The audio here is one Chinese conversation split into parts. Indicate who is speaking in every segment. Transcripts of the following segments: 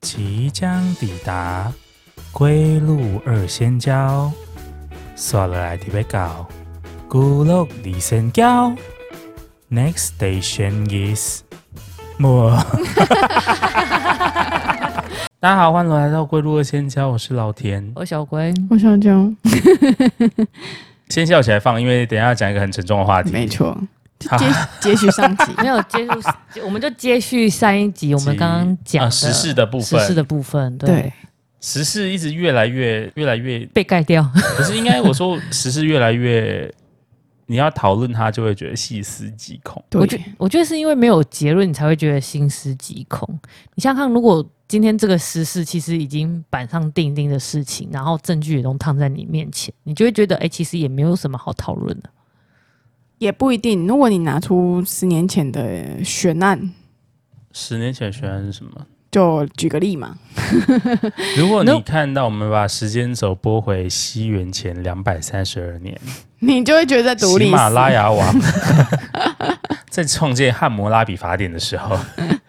Speaker 1: 即将抵达归路二仙交，刷了来特别高，孤路二仙交。Next station is 莫。大家好，欢迎来到归路二仙交，我是老田。
Speaker 2: 我哦小龟，
Speaker 3: 我想讲，
Speaker 1: 先笑起来放，因为等一下要讲一个很沉重的话题。
Speaker 3: 嗯没错，
Speaker 1: 啊
Speaker 3: 接接续上集
Speaker 2: 没有接触， 我们就接续上一集我们刚刚讲
Speaker 1: 啊
Speaker 2: 的
Speaker 1: 时事的部分，
Speaker 2: 时事的部分，对，
Speaker 3: 对，
Speaker 1: 时事一直越来越越来越，
Speaker 2: 被盖掉，
Speaker 1: 可是应该我说时事越来越，你要讨论它就会觉得细思极恐。
Speaker 2: 我觉
Speaker 3: 对，
Speaker 2: 我觉得是因为没有结论，你才会觉得心思极恐。你想想看，如果今天这个时事其实已经板上钉钉的事情，然后证据也都烫在你面前，你就会觉得，哎、其实也没有什么好讨论的。
Speaker 3: 也不一定。如果你拿出十年前的悬案，
Speaker 1: 十年前的悬案是什么？
Speaker 3: 就举个例嘛，
Speaker 1: 如果你
Speaker 2: No
Speaker 1: 看到我们把时间轴拨回西元前两百三十二年，
Speaker 3: 你就会觉得在读历
Speaker 1: 喜
Speaker 3: 史。
Speaker 1: 马拉雅王 在创建汉谟拉比法典的时候，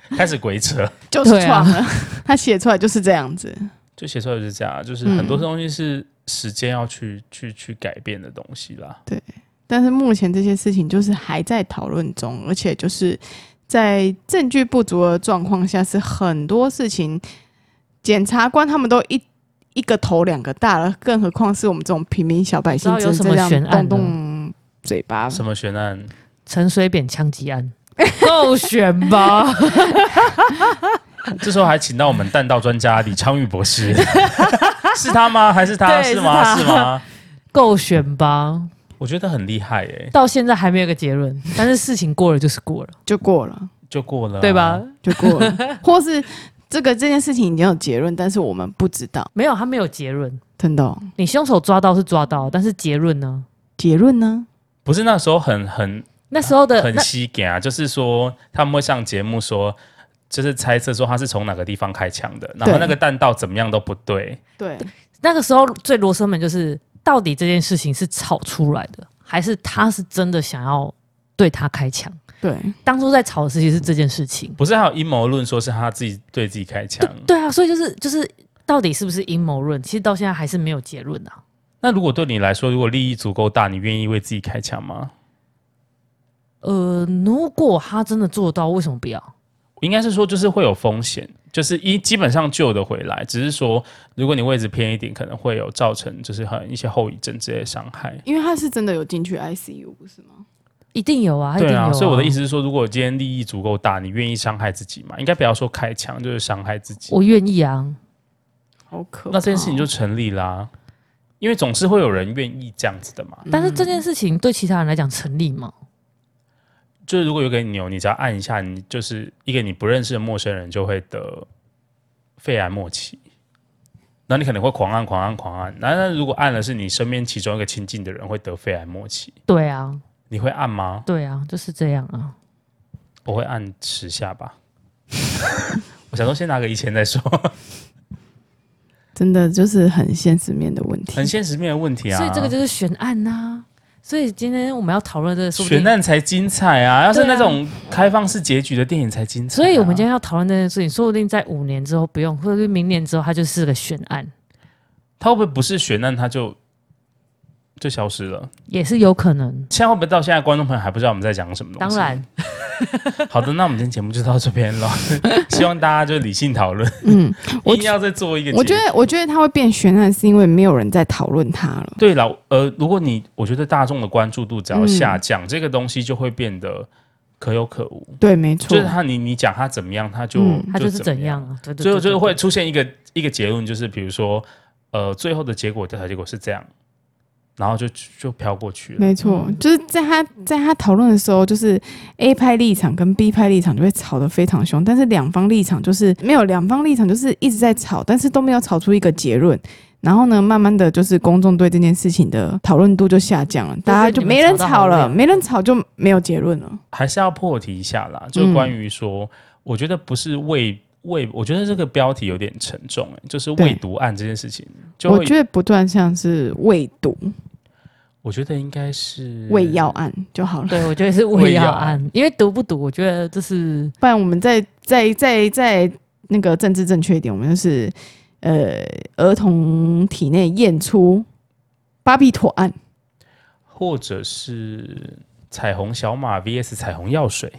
Speaker 1: 开始鬼扯，
Speaker 3: 就是
Speaker 2: 对啊
Speaker 3: 创了， 他写出来就是这样子。
Speaker 1: 就写出来就是这样，啊就是
Speaker 3: 嗯
Speaker 1: 很多东西是时间要去去去改变的东西啦。
Speaker 3: 但是目前这些事情就是还在讨论中，而且就是在证据不足的状况下，是很多事情检察官他们都一一个头两个大了，更何况是我们这种平民小百姓，
Speaker 2: 不知道有
Speaker 3: 只是
Speaker 2: 什么
Speaker 3: 这样
Speaker 2: 悬案呢
Speaker 3: 动动嘴巴。
Speaker 1: 什么悬案？
Speaker 2: 陈水扁枪击案 够选吧？
Speaker 1: 这时候还请到我们弹道专家李昌钰博士， 是他吗？还是他？
Speaker 2: 对
Speaker 1: 是吗？是
Speaker 2: 是他
Speaker 1: 吗？
Speaker 2: 够选吧？
Speaker 1: 我觉得很厉害耶、
Speaker 2: 到现在还没有一个结论，但是事情过了就是过了，
Speaker 3: 就过了。
Speaker 1: 就过了啊、
Speaker 2: 对吧？
Speaker 3: 就过 了，或是这个这件事情已经有结论，但是我们不知道，
Speaker 2: 没有，他没有结论。
Speaker 3: 真的哦、
Speaker 2: 你凶手抓到是抓到，但是结论呢？
Speaker 3: 结论呢？
Speaker 1: 不是那时候很很
Speaker 2: 那时候的
Speaker 1: 啊很
Speaker 2: 呃那
Speaker 1: 吸感啊，就是说他们会上节目说，就是猜测说他是从哪个地方开枪的，然后
Speaker 3: 对
Speaker 1: 那个弹道怎么样都不对，
Speaker 3: 对，
Speaker 2: 那个时候最罗生门就是，到底这件事情是吵出来的，还是他是真的想要对他开枪？
Speaker 3: 对，
Speaker 2: 当初在吵的事情是这件事情，
Speaker 1: 不是还有阴谋论说是他自己对自己开枪
Speaker 2: 对？对啊，所以就是就是到底是不是阴谋论？其实到现在还是没有结论啊。
Speaker 1: 那如果对你来说，如果利益足够大，你愿意为自己开枪吗？
Speaker 2: 呃，如果他真的做到，为什么不要？
Speaker 1: 应该是说就是会有风险，就是一基本上救得回来，只是说如果你位置偏一点，可能会有造成就是很一些后遗症之类的伤害。
Speaker 2: 啊
Speaker 3: 因为他是真的有进去 ICU，不是吗？
Speaker 2: 一定有啊，一定
Speaker 1: 对
Speaker 2: 有、
Speaker 1: 啊，所以我的意
Speaker 2: 思，
Speaker 1: 思是说，如果今天利益足够大，你愿意伤害自己吗？应该不要说开枪，就是伤害自己。
Speaker 2: 我愿意啊。
Speaker 3: 好可怕哦
Speaker 1: 那这件事情就成立啦、因为总是会有人愿意这样子的嘛。
Speaker 3: 嗯
Speaker 2: 但是这件事情对其他人来讲成立吗？
Speaker 1: 就是如果有个钮，你只要按一下，你就是一个你不认识的陌生人就会得肺癌末期。那你可能会狂按、狂按、狂按。那那如果按的是你身边其中一个亲近的人会得肺癌末期，
Speaker 2: 对啊，
Speaker 1: 你会按吗？
Speaker 2: 对啊，就是这样啊。
Speaker 1: 我会按十下吧。 我想说先拿个一千再说，
Speaker 3: 真的就是很现实面的问题
Speaker 1: 很。现实面的问题啊。
Speaker 2: 所以这个就是悬案呐、所以今天我们要讨论这个，说不定
Speaker 1: 悬案才精彩啊！要是
Speaker 2: 对啊
Speaker 1: 那种开放式结局的电影才精彩啊、
Speaker 2: 所以我们今天要讨论这件事情，说不定在五年之后不用，或者是明年之后，它就是个悬案，
Speaker 1: 他会不会不是悬案，他就就消失了？
Speaker 2: 也是有可能。
Speaker 1: 现在会不会到现在观众朋友还不知道我们在讲什么东
Speaker 2: 当
Speaker 1: 西？
Speaker 2: 然，
Speaker 1: 好的，那我们今天节目就到这边 了，希望大家就理性讨论，
Speaker 3: 嗯，
Speaker 1: 一
Speaker 3: 我
Speaker 1: 定要再做一个结。
Speaker 3: 我觉得我觉得他会变悬案，是因为没有人在讨论他了。
Speaker 1: 对了，呃，如果你我觉得大众的关注度只要下降，这个东西就会变得可有可无。
Speaker 3: 对，没错，
Speaker 1: 就是他，你你讲他怎么样，他就、
Speaker 3: 嗯
Speaker 2: 它就是
Speaker 1: 怎
Speaker 2: 怎样。啊？对对
Speaker 1: 最
Speaker 2: 对，
Speaker 1: 后就是
Speaker 2: 对
Speaker 1: 会出现一个一个结论，就是比如说，呃，最后的结果调查结果是这样，然后就就飘过去了。
Speaker 3: 没错，就是在他在他讨论的时候，就是 A 派立场跟 B 派立场就会吵得非常凶，但是两方立场就是没有，两方立场就是一直在吵，但是都没有吵出一个结论。然后呢，慢慢的就是公众对这件事情的讨论度就下降了，大家就没人吵了，没人吵就没有结论了。
Speaker 1: 还是要破题一下啦，就关于说，我觉得不是为为，我觉得这个标题有点沉重、欸，就是
Speaker 3: 对
Speaker 1: 未读案这件事情，就
Speaker 3: 我
Speaker 1: 会嗯
Speaker 3: 觉得不断像是未毒、
Speaker 1: 我觉得应该是
Speaker 3: 未药案就好了，
Speaker 2: 对，我觉得是
Speaker 1: 未
Speaker 2: 未
Speaker 1: 要
Speaker 2: 要
Speaker 1: 案
Speaker 2: 案，因为读不读，我觉得这是
Speaker 3: 不然我们再再再再那个政治正确一点，我们就是呃儿童体内验出巴比妥案，
Speaker 1: 或者是彩虹小马 VS 彩虹药 水，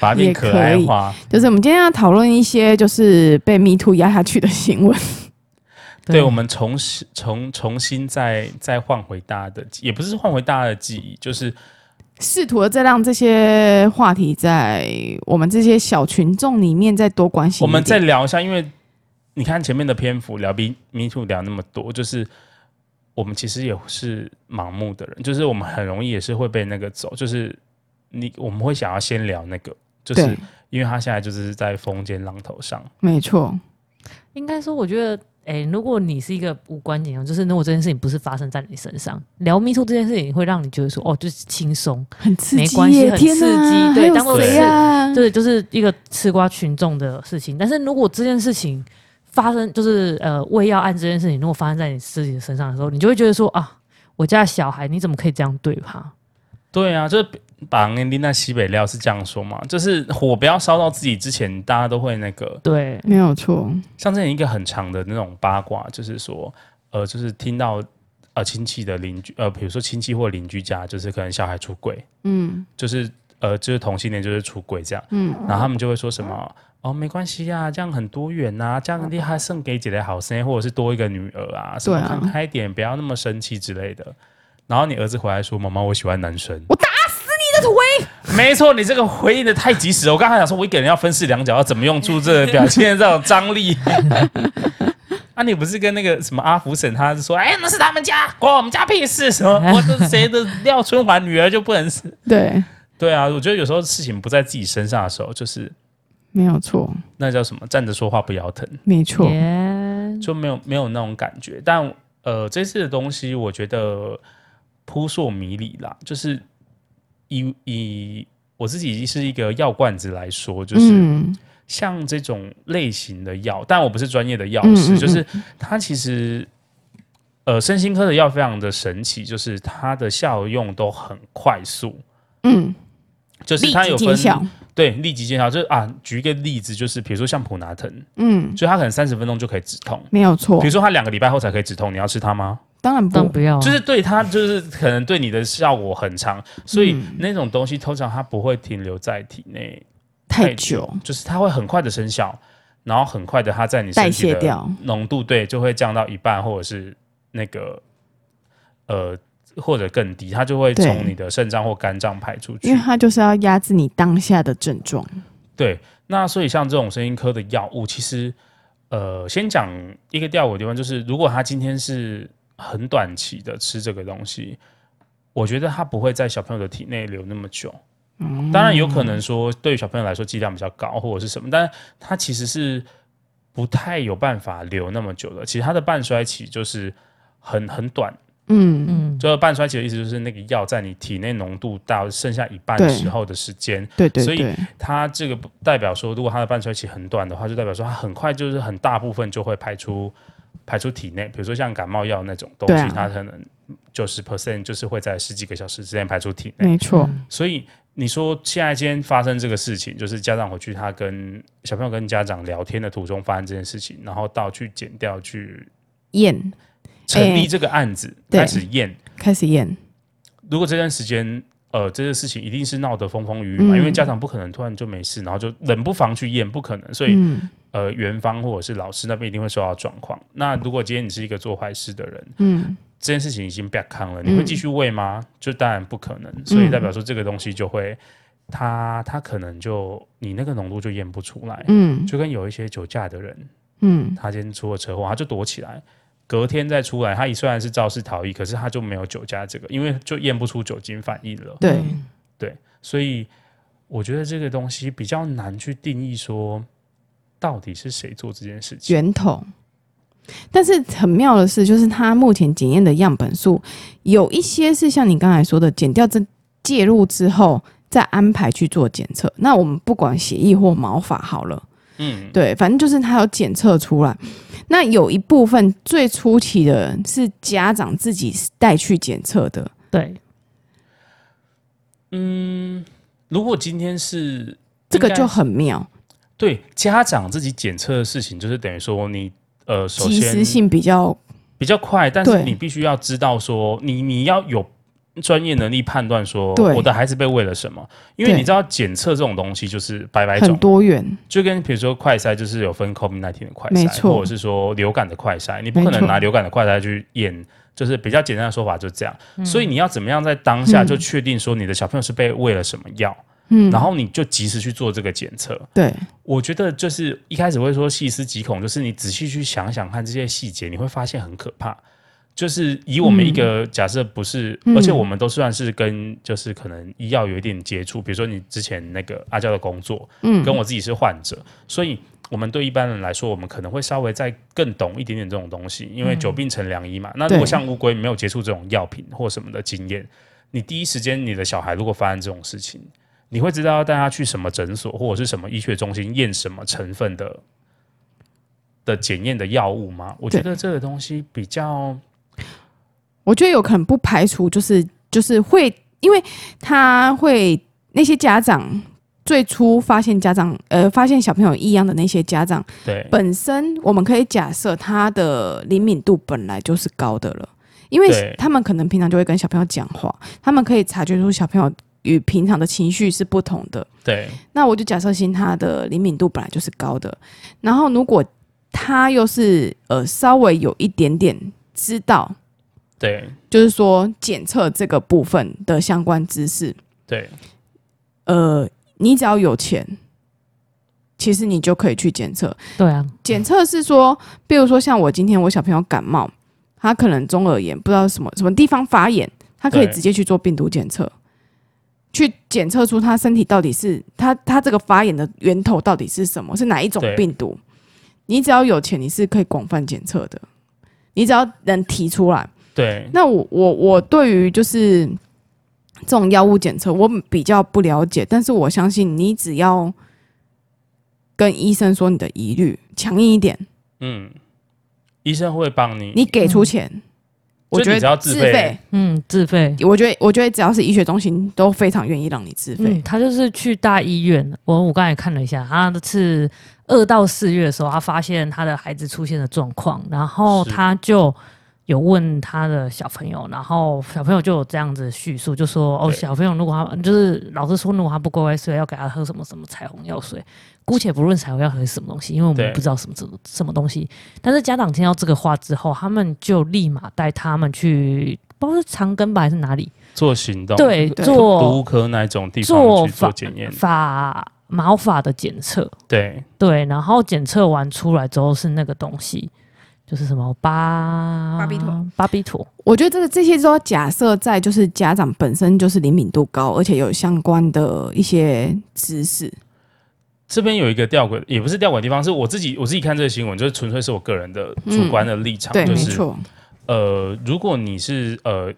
Speaker 1: 把它变可爱化。
Speaker 3: 就是我们今天要讨论一些就是被 Me Too 压下去的新闻。
Speaker 1: 对，我们重新重重新再再换回大家的记，也不是换回大家的记忆，就是
Speaker 3: 试图的再让这些话题在我们这些小群众里面再多关心
Speaker 1: 我
Speaker 3: 一点。
Speaker 1: 们再聊一下，因为你看前面的篇幅聊 B Me Too 聊那么多，就是我们其实也是盲目的人，就是我们很容易也是会被那个走，就是你我们会想要先聊那个，就是
Speaker 3: 对
Speaker 1: 因为他现在就是在风尖浪头上，
Speaker 3: 没错，
Speaker 2: 应该说，我觉得，哎、如果你是一个无关紧要，就是如果这件事情不是发生在你身上，聊 Me Too 这件事情会让你觉得说，哦，就是轻松，
Speaker 3: 很刺
Speaker 2: 没
Speaker 3: 激
Speaker 2: 关系
Speaker 3: 耶，
Speaker 2: 很
Speaker 3: 天
Speaker 2: 刺
Speaker 3: 哪
Speaker 2: 激对
Speaker 3: 还
Speaker 2: 当
Speaker 3: 有
Speaker 1: 我
Speaker 3: 谁啊？
Speaker 2: 对，就是一个吃瓜群众的事情。但是如果这件事情发生，就是呃喂药案这件事情，如果发生在你自己的身上的时候，你就会觉得说啊，我家的小孩你怎么可以这样对他？
Speaker 1: 对啊，就是把安丽娜西北料是这样说嘛，就是火不要烧到自己之前，大家都会那个。
Speaker 2: 对，
Speaker 3: 没有错，
Speaker 1: 像之前一个很长的那种八卦，就是说，呃，就是听到呃亲戚的邻居，呃，比如说亲戚或邻居家，就是可能小孩出轨，
Speaker 3: 嗯
Speaker 1: 就是呃就是同性恋就是出轨这样，
Speaker 3: 嗯，
Speaker 1: 然后他们就会说什么哦没关系呀、这样很多元呐、这样厉害，剩给姐姐好生，或者是多一个女儿啊，什么
Speaker 3: 对啊
Speaker 1: 看开一点，不要那么生气之类的。然后你儿子回来说：“妈妈，我喜欢男生。”
Speaker 3: 我打
Speaker 1: 死你的腿！没错，你这个回应的太及时了。我刚才想说，我一个人要分饰两角，要怎么用出这个表现这种张力？啊，你不是跟那个什么阿福婶，他是说：“哎，那是他们家，关我们家屁事！什么我的谁的廖春华女儿就不能是？”
Speaker 3: 对，
Speaker 1: 对啊，我觉得有时候事情不在自己身上的时候，就是
Speaker 3: 没有错，
Speaker 1: 那叫什么，站着说话不腰疼，
Speaker 3: 没错，
Speaker 2: 耶
Speaker 1: 就没有没有那种感觉。但呃，这次的东西，我觉得扑朔迷离啦，就是以以我自己是一个药罐子来说，就是
Speaker 3: 嗯
Speaker 1: 像这种类型的药，但我不是专业的药
Speaker 3: 嗯
Speaker 1: 师，
Speaker 3: 嗯
Speaker 1: 就是它其实。呃，身心科的药非常的神奇，就是它的效用都很快速，
Speaker 3: 嗯，
Speaker 1: 就是
Speaker 3: 立
Speaker 1: 它
Speaker 3: 即
Speaker 1: 有
Speaker 3: 见
Speaker 1: 分
Speaker 3: 效，
Speaker 1: 对，立即见效就是啊，举一个例子，就是比如说像普拿疼，
Speaker 3: 嗯，
Speaker 1: 就它可能三十分钟就可以止痛，
Speaker 3: 没有错
Speaker 1: 比如，说它两个礼拜后才可以止痛，你要吃它吗？
Speaker 3: 当然
Speaker 2: 当然
Speaker 3: 不，
Speaker 2: 不要啊，
Speaker 1: 就是对它就是可能对你的效果很长，所以
Speaker 3: 嗯
Speaker 1: 那种东西通常它不会停留在体内
Speaker 3: 太久，
Speaker 1: 就是它会很快的生效，然后很快的它在你身
Speaker 3: 代
Speaker 1: 体
Speaker 3: 谢
Speaker 1: 的
Speaker 3: 掉，
Speaker 1: 浓度对就会降到一半，或者是那个呃或者更低，它就会
Speaker 3: 对
Speaker 1: 从你的肾脏或肝脏排出去
Speaker 3: 因为。它就是要压制你当下的症状。
Speaker 1: 对，那所以像这种声音科的药物，其实呃，先讲一个吊诡的地方，就是如果他今天是很短期的吃这个东西，我觉得他不会在小朋友的体内留那么久。当然有可能说对于小朋友来说剂量比较高或者是什么，但他其实是不太有办法留那么久的。其实他的半衰期就是很很短，
Speaker 3: 嗯嗯，
Speaker 2: 嗯，
Speaker 1: 就是半衰期的意思就是那个药在你体内浓度到剩下一半
Speaker 3: 对
Speaker 1: 时候的时间，
Speaker 3: 对对
Speaker 1: 所以
Speaker 3: 对，
Speaker 1: 它这个不代表说，如果它的半衰期很短的话，就代表说它很快就是很大部分就会排出排出体内，比如说像感冒药那种东
Speaker 3: 对
Speaker 1: 西，
Speaker 3: 啊
Speaker 1: 它可能九十 percent 就是会在十几个小时之内排出体内。
Speaker 3: 没错，
Speaker 1: 所以你说现在今天发生这个事情，就是家长回去他跟小朋友跟家长聊天的途中发生这件事情，然后到去检调去
Speaker 3: 验
Speaker 1: 成立
Speaker 3: 哎
Speaker 1: 这个案子，
Speaker 3: 对
Speaker 1: 开始验。
Speaker 3: 开始验，
Speaker 1: 如果这段时间，呃，这个事情一定是闹得风风雨雨嘛，
Speaker 3: 嗯
Speaker 1: 因为家长不可能突然就没事，然后就冷不防去验，不可能，所以、
Speaker 3: 嗯
Speaker 1: 呃，园方或者是老师那边一定会受到状况。那如果今天你是一个做坏事的人，
Speaker 3: 嗯，
Speaker 1: 这件事情已经被康了，你会继续喂吗？就当然不可能，所以代表说这个东西就会，它它可能就你那个浓度就验不出来，
Speaker 3: 嗯
Speaker 1: 就跟有一些酒驾的人，
Speaker 3: 嗯，
Speaker 1: 他今天出了车祸，他就躲起来，隔天再出来，他虽然是肇事逃逸，可是他就没有酒驾这个，因为就验不出酒精反应了。
Speaker 3: 对，
Speaker 2: 嗯
Speaker 1: 所以我觉得这个东西比较难去定义说到底是谁做这件事情。
Speaker 3: 源头。但是很妙的是，就是它目前检验的样本数有一些是像你刚才说的，减掉这介入之后再安排去做检测。那我们不管血液或毛发好了，
Speaker 1: 嗯，
Speaker 3: 对，反正就是它有检测出来。那有一部分最初期的是家长自己带去检测的，
Speaker 2: 对，
Speaker 1: 如果今天是
Speaker 3: 这个
Speaker 1: 应该
Speaker 3: 就很妙。
Speaker 1: 对家长自己检测的事情，就是等于说你呃，首
Speaker 3: 及时
Speaker 1: 先
Speaker 3: 性比较
Speaker 1: 比较快，但是
Speaker 3: 对
Speaker 1: 你必须要知道说，你你要有专业能力判断说，
Speaker 3: 对
Speaker 1: 我的孩子被喂了什么，因为
Speaker 3: 对
Speaker 1: 你知道检测这种东西就是百百
Speaker 3: 很
Speaker 1: 种，
Speaker 3: 多元，
Speaker 1: 就跟比如说快筛就是有分 COVID 1 9的快
Speaker 3: 没
Speaker 1: 筛，
Speaker 3: 错
Speaker 1: 或者是说流感的快筛，你不可
Speaker 3: 没
Speaker 1: 能
Speaker 3: 错
Speaker 1: 拿流感的快筛去验。就是比较简单的说法就是这样，
Speaker 3: 嗯
Speaker 1: 所以你要怎么样在当下就确定说你的小朋友是被喂了什么药，
Speaker 3: 嗯，
Speaker 1: 然后你就及时去做这个检测。
Speaker 3: 对
Speaker 1: 我觉得就是一开始会说细思极恐，就是你仔细去想想看这些细节，你会发现很可怕。就是以我们一个假设，不是，
Speaker 3: 嗯
Speaker 1: 而且我们都算是跟就是可能医药有一点接触，比如说你之前那个阿娇的工作，
Speaker 3: 嗯
Speaker 1: 跟我自己是患者，所以我们对一般人来说，我们可能会稍微再更懂一点点这种东西，因为久病成良医嘛。那如果
Speaker 3: 对
Speaker 1: 像乌龟没有接触这种药品或什么的经验，你第一时间你的小孩如果发生这种事情，你会知道要带他去什么诊所或者是什么医学中心验什么成分的的检验的药物吗？我觉得这个东西比较
Speaker 3: 我觉得有可能不排除就是就是会，因为他会那些家长最初发现家长呃发现小朋友异样的那些家长，
Speaker 1: 对
Speaker 3: 本身我们可以假设他的灵敏度本来就是高的了，因为
Speaker 1: 对
Speaker 3: 他们可能平常就会跟小朋友讲话，他们可以察觉出小朋友与平常的情绪是不同的。
Speaker 1: 对
Speaker 3: 那我就假设性他的灵敏度本来就是高的，然后如果他又是呃稍微有一点点知道，
Speaker 1: 对
Speaker 3: 就是说检测这个部分的相关知识，
Speaker 1: 对
Speaker 3: 呃，你只要有钱，其实你就可以去检测。
Speaker 2: 对啊，
Speaker 3: 检测是说，比如说像我今天我小朋友感冒，他可能中耳炎，不知道什么什么地方发炎，他可以
Speaker 1: 对
Speaker 3: 直接去做病毒检测，去检测出他身体到底是他他这个发炎的源头到底是什么，是哪一种
Speaker 1: 对
Speaker 3: 病毒。你只要有钱，你是可以广泛检测的，你只要能提出来。
Speaker 1: 对
Speaker 3: 那我我我对于就是这种药物检测，我比较不了解，但是我相信你只要跟医生说你的疑虑，强硬一点，
Speaker 1: 嗯，医生会帮你，
Speaker 3: 你给出钱，我
Speaker 1: 就
Speaker 3: 觉
Speaker 1: 你只要
Speaker 3: 得
Speaker 1: 自
Speaker 3: 自
Speaker 1: 费
Speaker 3: 费，
Speaker 2: 嗯，自费。
Speaker 3: 我觉得我觉得只要是医学中心都非常愿意让你自费。
Speaker 2: 嗯，他就是去大医院。我我刚才看了一下，他是二到四月的时候，他发现他的孩子出现了状况，然后
Speaker 1: 是
Speaker 2: 他就有问他的小朋友，然后小朋友就有这样子叙述，就说哦，
Speaker 1: 对
Speaker 2: 小朋友如果他就是老师说，如果他不乖乖睡，要给他喝什么什么彩虹药水。姑且不论彩虹药水是什么东西，因为我
Speaker 1: 对
Speaker 2: 们不知道什么什么什么东西。但是家长听到这个话之后，他们就立马带他们去，不知道是长庚吧还是哪里，
Speaker 1: 做行动，
Speaker 2: 对，
Speaker 3: 对
Speaker 2: 做
Speaker 1: 毒科那一种地方
Speaker 2: 做
Speaker 1: 去做
Speaker 2: 法
Speaker 1: 检验，
Speaker 2: 法毛发的检测，
Speaker 1: 对
Speaker 2: 对，然后检测完出来之后是那个东西，就是什么巴
Speaker 3: 巴比妥，
Speaker 2: 巴比妥，
Speaker 3: 我觉得这个这些都要假设在就是家长本身就是灵敏度高，而且有相关的一些知识。
Speaker 1: 这边有一个吊诡，也不是吊诡的地方，是我自己我自己看这个新闻，就是纯粹是我个人的主观的立场，
Speaker 3: 对，
Speaker 1: 就
Speaker 3: 没
Speaker 1: 是
Speaker 3: 错，
Speaker 1: 呃，如果你是呃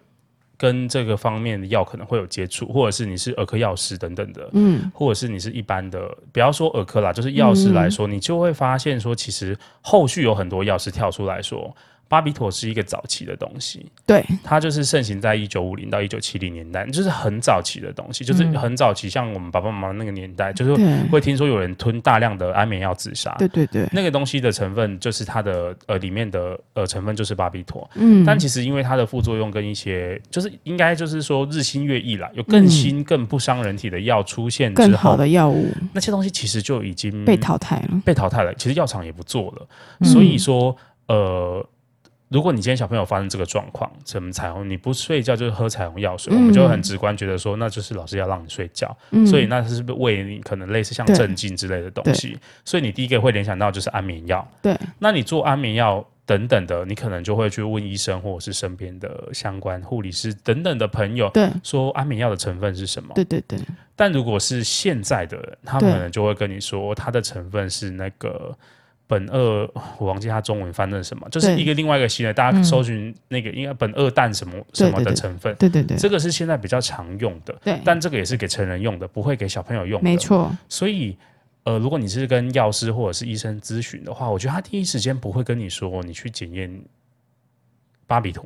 Speaker 1: 跟这个方面的药可能会有接触，或者是你是儿科药师等等的，
Speaker 3: 嗯，
Speaker 1: 或者是你是一般的，不要说儿科啦，就是药师来说，
Speaker 3: 嗯
Speaker 1: 你就会发现说，其实后续有很多药师跳出来说，巴比妥是一个早期的东西，
Speaker 3: 对，
Speaker 1: 它就是盛行在一九五零到一九七零年代，就是很早期的东西，就是
Speaker 2: 嗯
Speaker 1: 很早期，像我们爸爸妈妈那个年代，就是啊
Speaker 3: 对，
Speaker 1: 会听说有人吞大量的安眠药自杀。
Speaker 3: 对对对，
Speaker 1: 那个东西的成分就是它的呃里面的呃成分就是巴比妥，
Speaker 3: 嗯，
Speaker 1: 但其实因为它的副作用跟一些就是应该就是说日新月异啦，有更新更不伤人体的药出现之
Speaker 3: 嗯更好
Speaker 1: 后，嗯
Speaker 3: 的药物
Speaker 1: 那些东西其实就已经
Speaker 3: 被淘汰了。
Speaker 1: 被淘汰了，其实药厂也不做了。
Speaker 2: 嗯
Speaker 1: 所以说，呃，如果你今天小朋友发生这个状况，什么彩虹，你不睡觉就是喝彩虹药水，我们就会很直观觉得说，那就是老师要让你睡觉，
Speaker 3: 嗯
Speaker 1: 所以那是不是喂你可能类似像
Speaker 3: 对
Speaker 1: 镇静之类的东
Speaker 3: 对
Speaker 1: 西？所以你第一个会联想到就是安眠药。
Speaker 3: 对，
Speaker 1: 那你做安眠药等等的，你可能就会去问医生或者是身边的相关护理师等等的朋友。
Speaker 3: 对，
Speaker 1: 说安眠药的成分是什么？
Speaker 3: 对对对，
Speaker 1: 但如果是现在的人，他们
Speaker 3: 对
Speaker 1: 可能就会跟你说，它的成分是那个苯二，我忘记它中文翻成什么，就是
Speaker 3: 对
Speaker 1: 一个另外一个新的，大家
Speaker 2: 嗯
Speaker 1: 搜寻那个应该苯二氮什么什么
Speaker 3: 对
Speaker 1: 的
Speaker 3: 对
Speaker 1: 成分，
Speaker 3: 对对对，
Speaker 1: 这个是现在比较常用的，
Speaker 3: 对，
Speaker 1: 但这个也是给成人用的，不会给小朋友用的。
Speaker 3: 没，错，
Speaker 1: 所以。呃，如果你是跟药师或者是医生咨询的话，我觉得他第一时间不会跟你说你去检验巴比妥，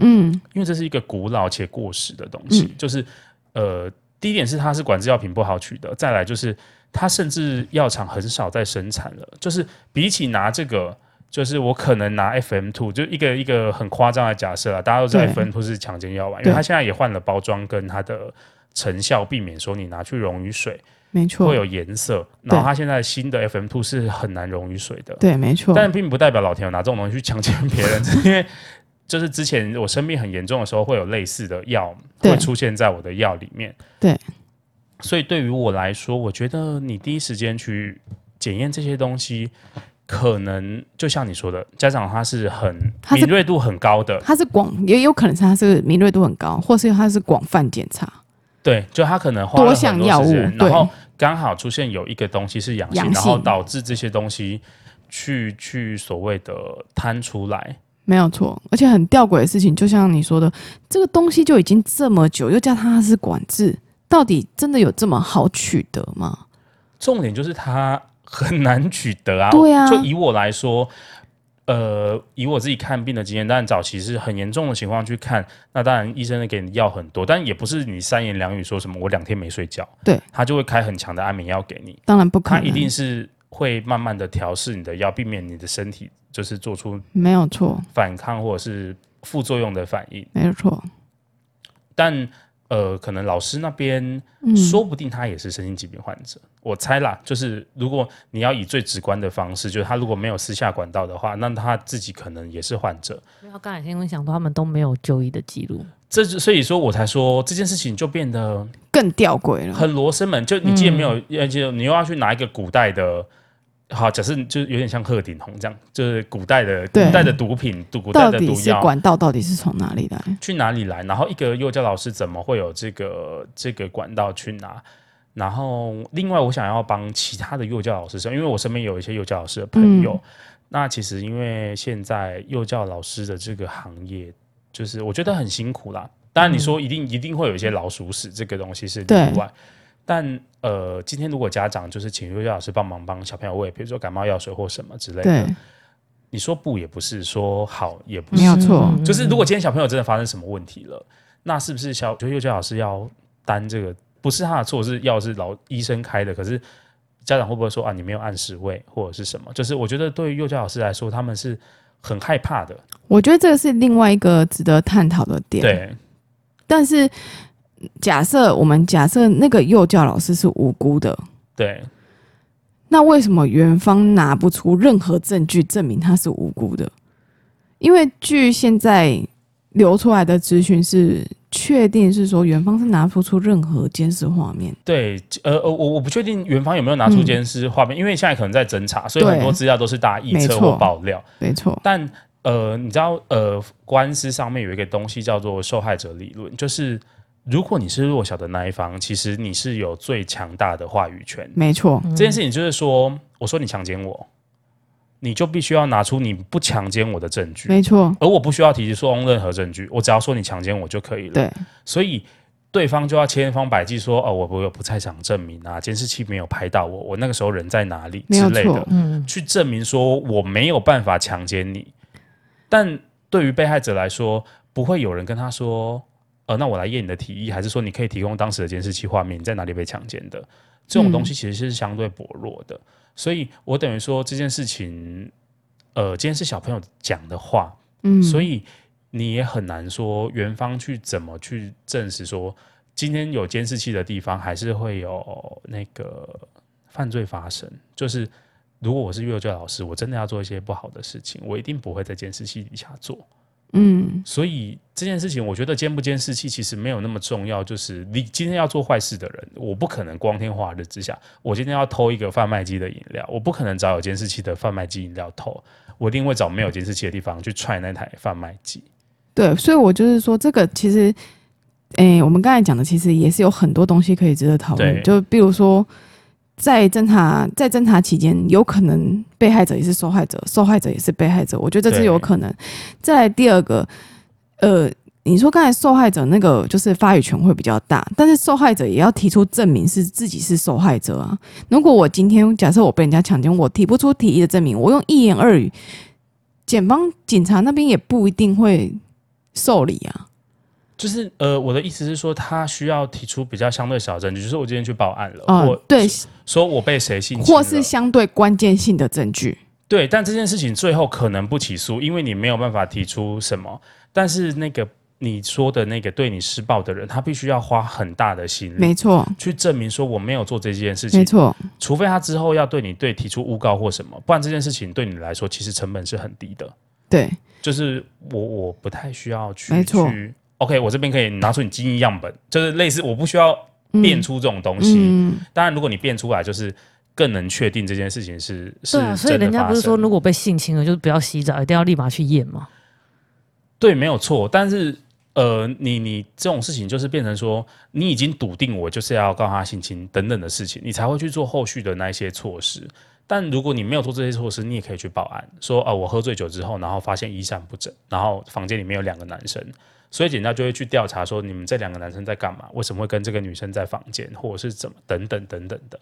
Speaker 3: 嗯，嗯
Speaker 1: 因为这是一个古老且过时的东西，就是呃，第一点是它是管制药品不好取得，再来就是它甚至药厂很少在生产了，就是比起拿这个。就是我可能拿 FM two，就一个一个很夸张的假设啦，大家都知道
Speaker 3: 对
Speaker 1: FM two 是强奸药丸，因为
Speaker 3: 对
Speaker 1: 它现在也换了包装跟它的成效，避免说你拿去溶于水
Speaker 3: 没错
Speaker 1: 会，有颜色。然后它现在新的 FM two 是很难溶于水的，
Speaker 3: 对，没错，
Speaker 1: 但并不代表老田有拿这种东西去强奸别人， 只是因为就是之前我生病很严重的时候，会有类似的药
Speaker 3: 对
Speaker 1: 会出现在我的药里面。
Speaker 3: 对，
Speaker 1: 所以对于我来说，我觉得你第一时间去检验这些东西，可能就像你说的，家长他是很
Speaker 3: 他是
Speaker 1: 敏锐度很高的，
Speaker 3: 它是广，也有可能是它是敏锐度很高，或是它是广泛检查。
Speaker 1: 对，就他可能花了
Speaker 3: 多项
Speaker 1: 很多时间
Speaker 3: 药物
Speaker 1: 然后刚好出现有一个东西是阳性，
Speaker 3: 阳性
Speaker 1: 然后导致这些东西去去所谓的摊出来。
Speaker 3: 没有错，而且很吊诡的事情，就像你说的，这个东西就已经这么久，又加上它是管制，到底真的有这么好取得吗？
Speaker 1: 重点就是它很难取得啊。
Speaker 3: 对啊
Speaker 1: 就以我来说，呃，以我自己看病的经验，当然早期是很严重的情况去看，那当然医生给你药很多，但也不是你三言两语说什么我两天没睡觉，
Speaker 3: 对，嗯
Speaker 1: 他就会开很强的安眠药给你，
Speaker 3: 当然不可
Speaker 1: 他
Speaker 3: 能，
Speaker 1: 一定是会慢慢的调试你的药，避免你的身体就是做出
Speaker 3: 没有错，
Speaker 1: 反抗或者是副作用的反应，
Speaker 3: 没有错。
Speaker 1: 但。呃，可能老师那边
Speaker 3: 嗯，
Speaker 1: 说不定他也是身心疾病患者，我猜啦。就是如果你要以最直观的方式，就是他如果没有私下管道的话，那他自己可能也是患者。
Speaker 2: 没有，刚才先想到他们都没有就医的记录，
Speaker 1: 这就所以说我才说这件事情就变得
Speaker 3: 更吊诡了。
Speaker 1: 很罗生门。就你既然没
Speaker 3: 嗯
Speaker 1: 有，而且你又要去拿一个古代的，好，假设就是有点像鹤顶红这样，就是古代的古
Speaker 3: 对
Speaker 1: 代的毒品、毒古代
Speaker 3: 到
Speaker 1: 的
Speaker 3: 底
Speaker 1: 毒
Speaker 3: 是
Speaker 1: 药，
Speaker 3: 管道到底是从哪里来？
Speaker 1: 去哪里来？然后一个幼教老师怎么会有这个这个管道去拿？然后另外，我想要帮其他的幼教老师说，因为我身边有一些幼教老师的朋友，
Speaker 3: 嗯
Speaker 1: 那其实因为现在幼教老师的这个行业，就是我觉得很辛苦啦。当然，你说一定、一定会有一些老鼠屎这个东西是例
Speaker 3: 嗯对
Speaker 1: 外，但呃，今天如果家长就是请幼教老师帮忙帮小朋友喂，比如说感冒药水或什么之类的，
Speaker 3: 对，
Speaker 1: 你说不也不是，说好也不是
Speaker 3: 没，有错
Speaker 2: 嗯
Speaker 1: 就是如果今天小朋友真的发生什么问题了，那是不是小就幼教老师要担这个？不是他的错，是药是老医生开的，可是家长会不会说啊，你没有按时喂或者是什么？就是我觉得对于幼教老师来说，他们是很害怕的。
Speaker 3: 我觉得这个是另外一个值得探讨的点。，
Speaker 1: 对
Speaker 3: 但是假设我们假设那个幼教老师是无辜的，
Speaker 1: 对，
Speaker 3: 那为什么园方拿不出任何证据证明他是无辜的？因为据现在流出来的资讯是，确定是说园方是拿不出任何监视画面。
Speaker 1: 对，呃，呃我我不确定园方有没有拿出
Speaker 3: 嗯
Speaker 1: 监视画面，因为现在可能在侦查，所以
Speaker 3: 对
Speaker 1: 很多资料都是大家臆
Speaker 3: 没
Speaker 1: 测
Speaker 3: 错
Speaker 1: 或爆料。
Speaker 3: 没错，
Speaker 1: 但呃，你知道呃，官司上面有一个东西叫做受害者理论，就是如果你是弱小的那一方，其实你是有最强大的话语权。
Speaker 3: 没错，
Speaker 2: 嗯
Speaker 1: 这件事情就是说，我说你强奸我，你就必须要拿出你不强奸我的证据，
Speaker 3: 没错，
Speaker 1: 而我不需要提出任何证据，我只要说你强奸我就可以了。
Speaker 3: 对，
Speaker 1: 所以对方就要千方百计说，哦，我我有不在场证明啊，监视器没有拍到我，我那个时候人在哪里
Speaker 3: 没
Speaker 1: 之
Speaker 3: 有
Speaker 1: 类
Speaker 3: 错
Speaker 1: 的，
Speaker 2: 嗯
Speaker 1: 去证明说我没有办法强奸你。但对于被害者来说，不会有人跟他说，呃，那我来验你的体液，还是说你可以提供当时的监视器画面，你在哪里被强奸的？这种东西其实是相对薄弱的，所以我等于说这件事情，呃，今天是小朋友讲的话，
Speaker 3: 嗯，
Speaker 1: 所以你也很难说园方去怎么去证实说，今天有监视器的地方还是会有那个犯罪发生。就是如果我是幼教老师，我真的要做一些不好的事情，我一定不会在监视器底下做。
Speaker 3: 嗯，
Speaker 1: 所以这件事情，我觉得监不监视器其实没有那么重要。就是你今天要做坏事的人，我不可能光天化日之下，我今天要偷一个贩卖机的饮料，我不可能找有监视器的贩卖机饮料偷，我一定会找没有监视器的地方去踹那台贩卖机。
Speaker 3: 对，所以我就是说，这个其实，诶、我们刚才讲的其实也是有很多东西可以值得讨
Speaker 1: 对
Speaker 3: 论，就比如说。在侦查在侦查期间，有可能被害者也是受害者，受害者也是被害者，我觉得这是
Speaker 1: 对
Speaker 3: 有可能。再来第二个，呃，你说刚才受害者那个就是发语权会比较大，但是受害者也要提出证明是自己是受害者啊。如果我今天假设我被人家强奸，我提不出提议的证明，我用一言二语，检方警察那边也不一定会受理啊。
Speaker 1: 就是呃，我的意思是说，他需要提出比较相对小的证据，就是我今天去报案了，
Speaker 3: 嗯、
Speaker 1: 我
Speaker 3: 对，
Speaker 1: 说我被谁性侵了，
Speaker 3: 或是相对关键性的证据，
Speaker 1: 对，但这件事情最后可能不起诉，因为你没有办法提出什么。但是那个你说的那个对你施暴的人，他必须要花很大的心力
Speaker 3: 没错，
Speaker 1: 去证明说我没有做这件事
Speaker 3: 没
Speaker 1: 情，
Speaker 3: 错，
Speaker 1: 除非他之后要对你对提出诬告或什么，不然这件事情对你来说其实成本是很低的。
Speaker 3: 对，
Speaker 1: 就是我我不太需要去
Speaker 3: 没错
Speaker 1: 去 OK，我这边可以拿出你基因样本，就是类似我不需要
Speaker 3: 嗯
Speaker 1: 变出这种东西。
Speaker 3: 嗯，
Speaker 1: 当然，如果你变出来，就是更能确定这件事情是是
Speaker 2: 对啊，所以
Speaker 1: 真的
Speaker 2: 人家
Speaker 1: 发
Speaker 2: 不是
Speaker 1: 生
Speaker 2: 说如果被性侵了，就是不要洗澡，一定要立马去验吗？
Speaker 1: 对，没有错。但是呃，你你这种事情就是变成说，你已经笃定我就是要告他性侵等等的事情，你才会去做后续的那一些措施。但如果你没有做这些措施，你也可以去报案，说啊、我喝醉酒之后，然后发现衣衫不整，然后房间里面有两个男生，所以警察就会去调查说你们这两个男生在干嘛，为什么会跟这个女生在房间，或者是怎么等等等等的。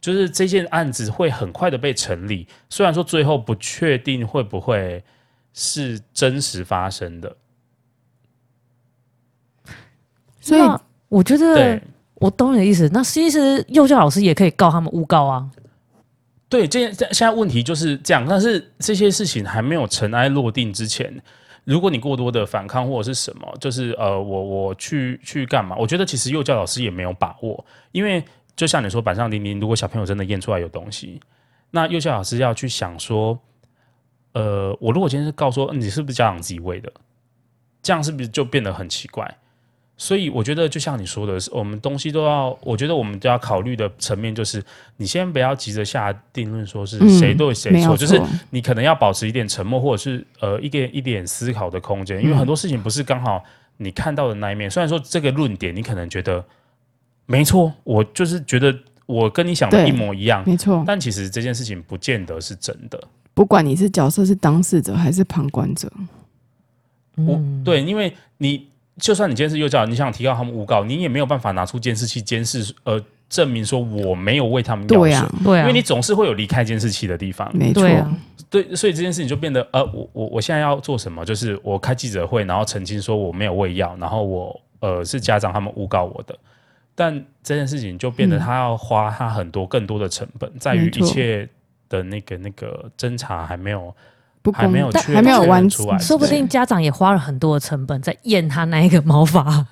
Speaker 1: 就是这件案子会很快的被成立，虽然说最后不确定会不会是真实发生的。
Speaker 3: 所以
Speaker 2: 那我觉得
Speaker 1: 对
Speaker 2: 我懂你的意思。那其实幼教老师也可以告他们诬告啊。
Speaker 1: 对，这这现在问题就是这样，但是这些事情还没有尘埃落定之前，如果你过多的反抗或者是什么，就是呃，我我去去干嘛？我觉得其实幼教老师也没有把握，因为就像你说板上钉钉，如果小朋友真的验出来有东西，那幼教老师要去想说，呃，我如果今天是告说嗯你是不是家长自己喂的，这样是不是就变得很奇怪？所以我觉得，就像你说的，是我们东西都要，我觉得我们都要考虑的层面就是，你先不要急着下定论，说是谁
Speaker 3: 嗯
Speaker 1: 对谁
Speaker 3: 没
Speaker 1: 错，
Speaker 3: 有
Speaker 1: 就是你可能要保持一点沉默，或者是呃一点一点思考的空间，因为
Speaker 3: 嗯
Speaker 1: 很多事情不是刚好你看到的那一面。虽然说这个论点你可能觉得没错，我就是觉得我跟你想的
Speaker 3: 对
Speaker 1: 一模一样，
Speaker 3: 没错，
Speaker 1: 但其实这件事情不见得是真的。
Speaker 3: 不管你是角色是当事者还是旁观者，
Speaker 1: 嗯我
Speaker 2: 嗯，
Speaker 1: 对，因为你就算你今天是幼教，你想提告他们诬告，你也没有办法拿出监视器监视呃证明说我没有为他们药水。
Speaker 3: 对呀、
Speaker 2: 对
Speaker 1: 因
Speaker 2: 啊
Speaker 1: 为，你总是会有离开监视器的地方，
Speaker 3: 没错，
Speaker 2: 对啊，
Speaker 1: 对，所以这件事情就变得，呃，我我我现在要做什么？就是我开记者会，然后澄清说我没有喂药，然后我呃是家长他们诬告我的。但这件事情就变得
Speaker 3: 嗯
Speaker 1: 他要花他很多更多的成本，在于
Speaker 3: 没
Speaker 1: 一
Speaker 3: 错
Speaker 1: 切的那个那个侦查还没有
Speaker 3: 不
Speaker 1: 还
Speaker 3: 公
Speaker 1: 没有
Speaker 3: 但
Speaker 1: 确
Speaker 3: 还没有
Speaker 1: 确认
Speaker 3: 完
Speaker 1: 出来
Speaker 2: 说不定家长也花了很多的成本在验他那一个毛发。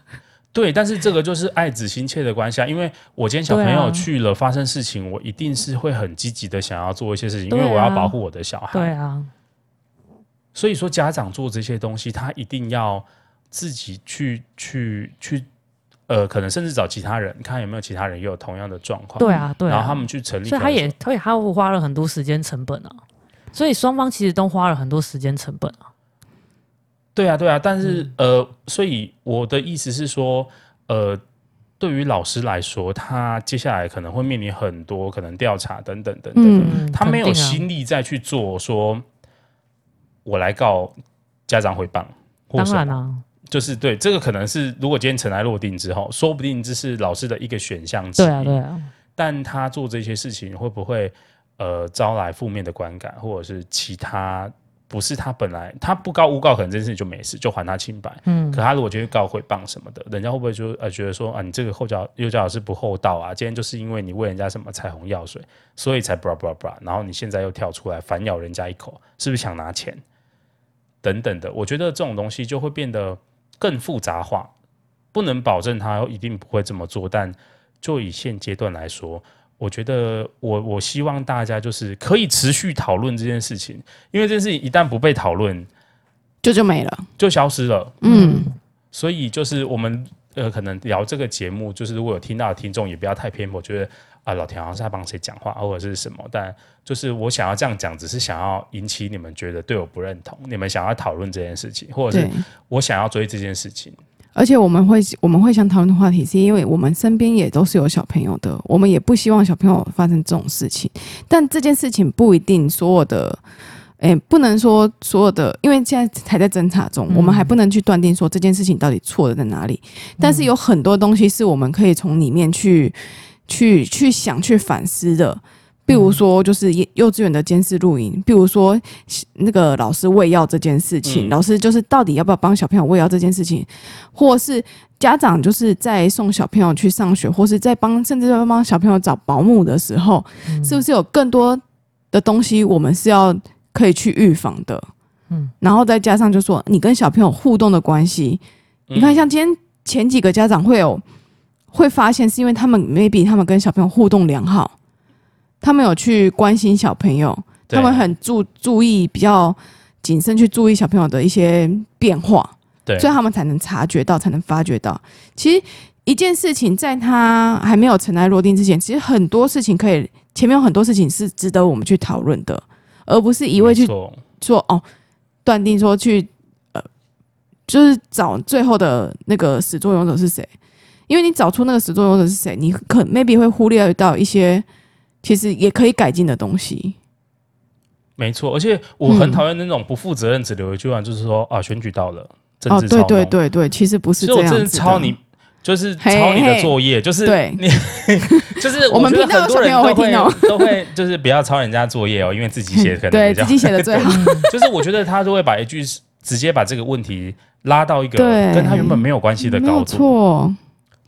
Speaker 1: 对，但是这个就是爱子心切的关系啊，因为我今天小
Speaker 2: 对
Speaker 1: 朋
Speaker 2: 啊
Speaker 1: 友去了发生事情，我一定是会很积极的想要做一些事情，因为
Speaker 2: 对啊
Speaker 1: 我要保护我的小孩。
Speaker 2: 对啊，
Speaker 1: 所以说，家长做这些东西，他一定要自己去去去，呃，可能甚至找其他人，看有没有其他人也有同样的状况。
Speaker 2: 对啊，对啊。
Speaker 1: 然后他们去成立，
Speaker 2: 所以他也，他也他花了很多时间成本啊。所以双方其实都花了很多时间成本啊。
Speaker 1: 对啊，对啊。但是、
Speaker 2: 嗯
Speaker 1: 呃，所以我的意思是说，呃，对于老师来说，他接下来可能会面临很多可能调查等等等等的。
Speaker 3: 嗯
Speaker 1: 他没有
Speaker 2: 肯定啊
Speaker 1: 心力再去做说，我来告家长诽谤，或
Speaker 2: 当
Speaker 1: 什
Speaker 2: 然
Speaker 1: 么，
Speaker 2: 啊，
Speaker 1: 就是对这个可能是如果今天尘埃落定之后，说不定这是老师的一个选项之一。
Speaker 2: 对啊，对啊，
Speaker 1: 但他做这些事情会不会呃招来负面的观感，或者是其他不是他本来他不告诬告，可能这件事情就没事，就还他清白。
Speaker 2: 嗯
Speaker 1: 可，他如果今天告诽谤什么的，人家会不会就呃觉得说啊，你这个后教幼教老师不厚道啊？今天就是因为你喂人家什么彩虹药水，所以才 bra bra bra，然后你现在又跳出来反咬人家一口，是不是想拿钱？等等的，我觉得这种东西就会变得更复杂化，不能保证他一定不会这么做，但就以现阶段来说。我觉得我我希望大家就是可以持续讨论这件事情，因为这件事情一旦不被讨论，
Speaker 3: 就就没了，
Speaker 1: 就消失了。
Speaker 3: 嗯，
Speaker 1: 所以就是我们呃，可能聊这个节目，就是如果有听到的听众也不要太偏颇，觉得啊，老田好像是在帮谁讲话，或者是什么。但就是我想要这样讲，只是想要引起你们觉得对我不认同，你们想要讨论这件事情，或者
Speaker 3: 对
Speaker 1: 是。我想要追这件事情。
Speaker 3: 而且我们会我们会想讨论的话题，是因为我们身边也都是有小朋友的，我们也不希望小朋友发生这种事情。但这件事情不一定所有的，诶、不能说所有的，因为现在还在侦查中，
Speaker 2: 嗯
Speaker 3: 我们还不能去断定说这件事情到底错的在哪里。但是有很多东西是我们可以从里面去去去想、去反思的。比如说，就是幼幼稚园的监视录影，比如说那个老师喂药这件事
Speaker 1: 嗯
Speaker 3: 情，老师就是到底要不要帮小朋友喂药这件事情，或是家长就是在送小朋友去上学，或是在帮甚至在帮小朋友找保姆的时候，是不是有更多的东西我们是要可以去预防的？
Speaker 2: 嗯
Speaker 3: 嗯，然后再加上就说你跟小朋友互动的关系，
Speaker 1: 嗯
Speaker 3: 你看，像今天前几个家长会有会发现，是因为他们 maybe 他们跟小朋友互动良好，他们有去关心小朋友，
Speaker 1: 嗯对
Speaker 3: 他们很注注意比较谨慎去注意小朋友的一些变化，
Speaker 1: 对，
Speaker 3: 所以他们才能察觉到，才能发觉到。其实一件事情在它还没有尘埃落定之前，其实很多事情可以前面有很多事情是值得我们去讨论的，而不是一味去
Speaker 1: 没错
Speaker 3: 说哦，断定说去呃，就是找最后的那个始作俑者是谁，因为你找出那个始作俑者是谁，你可 maybe 会忽略到一些其实也可以改进的东西。
Speaker 1: 没错，而且我很
Speaker 3: 嗯
Speaker 1: 讨厌那种不负责任只留一句话，就是说啊，选举到了，政
Speaker 3: 哦，
Speaker 1: 治操
Speaker 3: 对
Speaker 1: 弄。
Speaker 3: 对对对，其实不是
Speaker 1: 所以
Speaker 3: 这
Speaker 1: 我
Speaker 3: 样
Speaker 1: 真
Speaker 3: 子
Speaker 1: 的
Speaker 3: 的。
Speaker 1: 抄你，就是
Speaker 3: 嘿
Speaker 1: 抄你的
Speaker 3: 嘿
Speaker 1: 作业，就是
Speaker 3: 对
Speaker 1: 你，就是
Speaker 3: 我们
Speaker 1: 觉得
Speaker 3: 频道
Speaker 1: 很
Speaker 3: 的
Speaker 1: 多人
Speaker 3: 小朋友会听
Speaker 1: 都
Speaker 3: 哦
Speaker 1: 会都会就是不要抄人家作业哦，因为自己写可能
Speaker 3: 对
Speaker 1: 比较
Speaker 3: 自己写的最 好。
Speaker 1: 就是我觉得他都会把一句直接把这个问题拉到一个
Speaker 3: 对
Speaker 1: 跟他原本没有关系的
Speaker 3: 没
Speaker 1: 高
Speaker 3: 有
Speaker 1: 度，
Speaker 3: 错，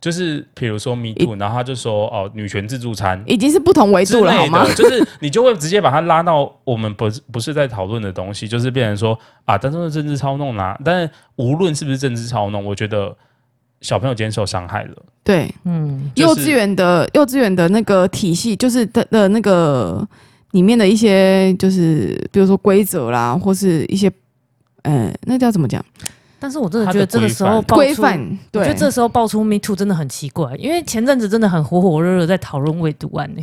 Speaker 1: 就是比如说 Me
Speaker 3: 一
Speaker 1: Too，然后他就说哦女权自助餐
Speaker 3: 已经是不同维
Speaker 1: 之
Speaker 3: 度
Speaker 1: 类
Speaker 3: 了，哎好吗
Speaker 1: 的，？就是你就会直接把它拉到我们不是不是在讨论的东西，就是变成说啊，但是政治操弄啦、但是无论是不是政治操弄，我觉得小朋友今天受伤害了，
Speaker 3: 对，
Speaker 2: 嗯，
Speaker 1: 就是
Speaker 3: 幼稚园的幼稚园的那个体系，就是的的那个里面的一些，就是比如说规则啦，或是一些，呃，那叫怎么讲？
Speaker 2: 但是我真的
Speaker 1: 它
Speaker 2: 觉
Speaker 1: 的
Speaker 2: 得这个时候
Speaker 1: 规范
Speaker 2: 爆出
Speaker 3: 规范。
Speaker 2: 我觉
Speaker 3: 对
Speaker 2: 得，这时候爆出 Me Too 真的很奇怪，因为前阵子真的很火火热热在讨论未读案呢、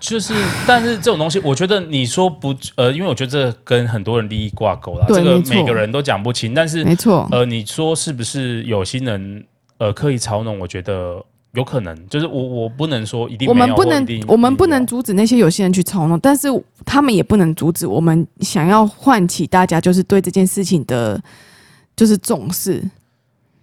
Speaker 1: 就是但是这种东西，我觉得你说不呃，因为我觉得这跟很多人利益挂钩啦，
Speaker 3: 对
Speaker 1: 这个
Speaker 3: 没错嗯
Speaker 1: 每个人都讲不清，但是
Speaker 3: 没错，
Speaker 1: 呃，你说是不是有心人呃刻意操弄？我觉得有可能，就是我我不能说一定
Speaker 3: 我
Speaker 1: 没
Speaker 3: 们
Speaker 1: 有
Speaker 3: 不
Speaker 1: 或
Speaker 3: 能
Speaker 1: 一定，
Speaker 3: 我们不
Speaker 1: 一定有
Speaker 3: 能阻止那些有些人去操弄，但是他们也不能阻止我们想要唤起大家就是对这件事情的，就是重视。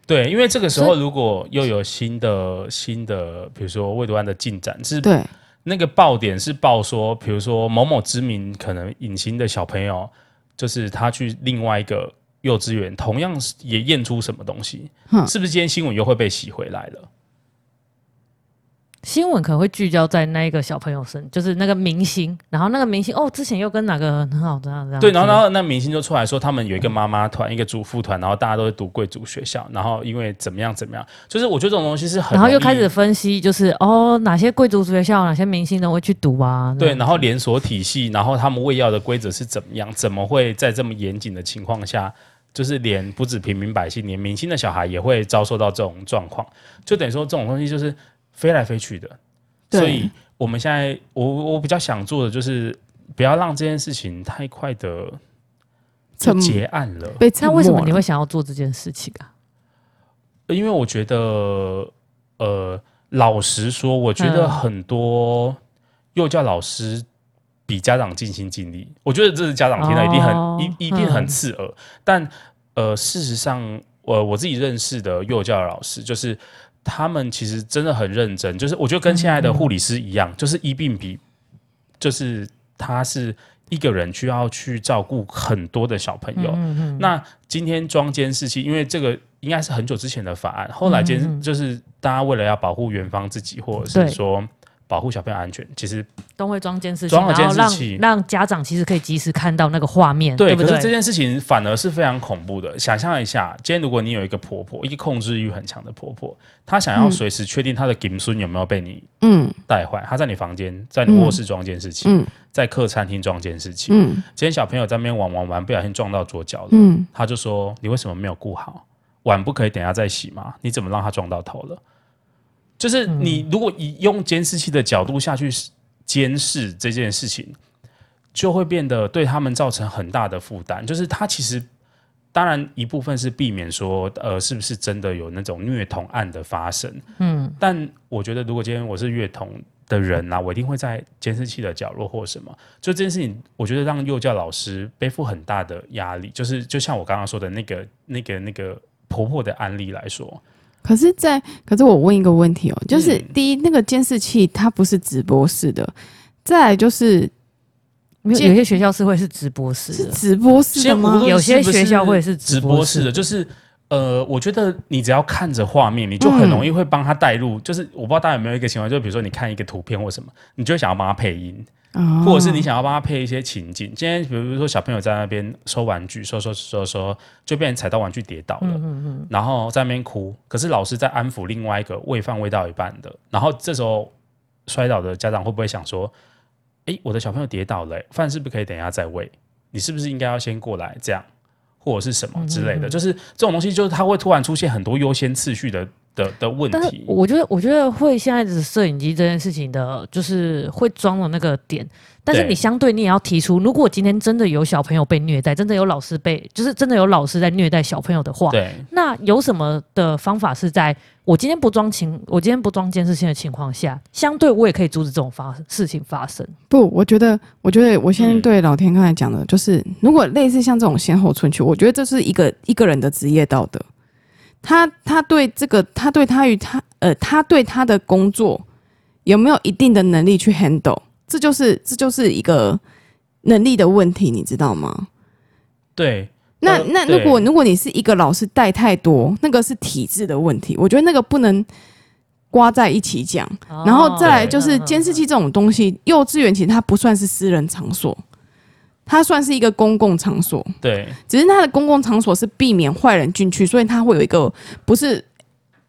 Speaker 1: 对，因为这个时
Speaker 2: 所
Speaker 1: 候如果又有新的新的，比如说未读案的进展，是
Speaker 3: 对，
Speaker 1: 那个爆点是爆说，比如说某某知名可能隐形的小朋友，就是他去另外一个幼稚园，同样是也验出什么东西，
Speaker 3: 哼
Speaker 1: 是不是今天新闻又会被洗回来了？
Speaker 2: 新闻可能会聚焦在那一个小朋友身，就是那个明星，然后那个明星哦，之前又跟哪个很好的这样
Speaker 1: 对，然后然
Speaker 2: 呢？
Speaker 1: 后那明星就出来说，他们有一个妈妈团，一个主妇团，然后大家都是读贵族学校，然后因为怎么样怎么样，就是我觉得这种东西是很容易，
Speaker 2: 然后又开始分析，就是哦，哪些贵族学校，哪些明星都会去读啊？这
Speaker 1: 对，
Speaker 3: 嗯
Speaker 2: 样
Speaker 1: 然后连锁体系，然后他们喂药的规则是怎么样，怎么会在这么严谨的情况下，就是连不止平民百姓，连明星的小孩也会遭受到这种状况，就等于说这种东西就是飞来飞去的，
Speaker 3: 对
Speaker 1: 所以我们现在我我比较想做的就是不要让这件事情太快的就
Speaker 3: 沉
Speaker 1: 结案了。
Speaker 3: 被沉
Speaker 2: 那为什
Speaker 1: 啊
Speaker 2: 么
Speaker 3: 默
Speaker 2: 你
Speaker 3: 了
Speaker 2: 会想要做这件事情啊？
Speaker 1: 因为我觉得，呃，老实说，我觉得
Speaker 2: 嗯
Speaker 1: 很多幼教老师比家长尽心尽力。我觉得这是家长听了一定很、
Speaker 2: 哦
Speaker 1: 一一定很
Speaker 2: 嗯
Speaker 1: 刺耳，但呃，事实上，呃，我自己认识的幼教老师就是。他们其实真的很认真，就是我觉得跟现在
Speaker 2: 嗯
Speaker 1: 的护理师一样，就是医病比，就是他是一个人需要去照顾很多的小朋友，
Speaker 2: 嗯嗯
Speaker 1: 那今天装监视器，因为这个应该是很久之前的法案，后来监、
Speaker 2: 嗯嗯
Speaker 1: 就是大家为了要保护园方自己，或者
Speaker 2: 对
Speaker 1: 是说保护小朋友安全，其实
Speaker 2: 都会装监视器，
Speaker 1: 装了
Speaker 2: 然后
Speaker 1: 监视器
Speaker 2: 让让家长其实可以及时看到那个画面，
Speaker 1: 对
Speaker 2: 不
Speaker 1: 可是这
Speaker 2: 对？
Speaker 1: 件事情反而是非常恐怖的。想象一下，今天如果你有一个婆婆，一个控制欲很强的婆婆，她想要
Speaker 3: 嗯
Speaker 1: 随时确定她的金孙有没有被你
Speaker 3: 嗯
Speaker 1: 带坏，她在你房间，在你卧室装监视器，
Speaker 3: 嗯
Speaker 1: 在客餐厅装监视器。
Speaker 3: 嗯
Speaker 1: 今天小朋友在那边玩玩玩，不小心撞到左脚了，
Speaker 3: 嗯，
Speaker 1: 他就说：“你为什么没有顾好？碗不可以等一下再洗吗？你怎么让他撞到头了？”就是你如果以用监视器的角度下去监视这件事情，就会变得对他们造成很大的负担。就是他其实当然一部分是避免说，呃，是不是真的有那种虐童案的发生？嗯，但我觉得如果今天我是虐童。的人啊，我一定会在监视器的角落或什么，就这件事情，我觉得让幼教老师背负很大的压力，就是就像我刚刚说的那个、那个、那个婆婆的案例来说，
Speaker 3: 可是在，可是我问一个问题哦，就是
Speaker 1: 嗯
Speaker 3: 第一，那个监视器它不是直播式的，再来就是
Speaker 2: 没有
Speaker 3: 建
Speaker 2: 有些学校是会是直播室
Speaker 3: 是
Speaker 2: 的，
Speaker 3: 直播式的
Speaker 1: 先无
Speaker 3: 吗
Speaker 1: 论？
Speaker 2: 有些
Speaker 1: 是不是
Speaker 2: 学校会是
Speaker 1: 直
Speaker 2: 播
Speaker 1: 播
Speaker 2: 室
Speaker 1: 式的，就是呃，我觉得你只要看着画面，你就很容易会帮他带入。就是我不知道大家有没有一个情况，就比如说你看一个图片或什么，你就会想要帮他配音，
Speaker 3: 哦
Speaker 1: 或者是你想要帮他配一些情景。今天比如说小朋友在那边收玩具，收收收收，就被人踩到玩具跌倒
Speaker 2: 嗯
Speaker 1: 了，然后在那边哭，可是老师在安抚另外一个喂饭喂到一半的，然后这时候摔倒的家长会不会想说？诶，我的小朋友跌倒了、饭是不是可以等一下再喂？你是不是应该要先过来这样，或者是什么之
Speaker 2: 嗯
Speaker 1: 类的？就是这种东西，就是它会突然出现很多优先次序的的的问
Speaker 2: 但是
Speaker 1: 题。
Speaker 2: 我觉得，我觉得会现在的摄影机这件事情的，就是会装的那个点，但是
Speaker 1: 对
Speaker 2: 你相对你也要提出，如果今天真的有小朋友被虐待，真的有老师被，就是真的有老师在虐待小朋友的话，
Speaker 1: 对
Speaker 2: 那有什么的方法是在我今天不装情，我今天不装监视器的情况下，相对我也可以阻止这种发事情发生？
Speaker 3: 不，我觉得，我觉得我先
Speaker 1: 嗯
Speaker 3: 对老天刚才讲的，就是、如果类似像这种先后顺序，我觉得这是一个一个人的职业道德。他他对这个，他对他与他呃，他对他的工作有没有一定的能力去 handle，这就是这就是一个能力的问题，你知道吗？
Speaker 1: 对，
Speaker 3: 那
Speaker 1: 呃
Speaker 3: 那
Speaker 1: 对
Speaker 3: 如果如果你是一个老师带太多，那个是体制的问题，我觉得那个不能刮在一起讲。然后再
Speaker 2: 哦
Speaker 3: 来
Speaker 2: 嗯
Speaker 3: 就是监视器这种东西，幼稚园其实它不算是私人场所，它算是一个公共场所，
Speaker 1: 对，
Speaker 3: 只是它的公共场所是避免坏人进去，所以它会有一个不是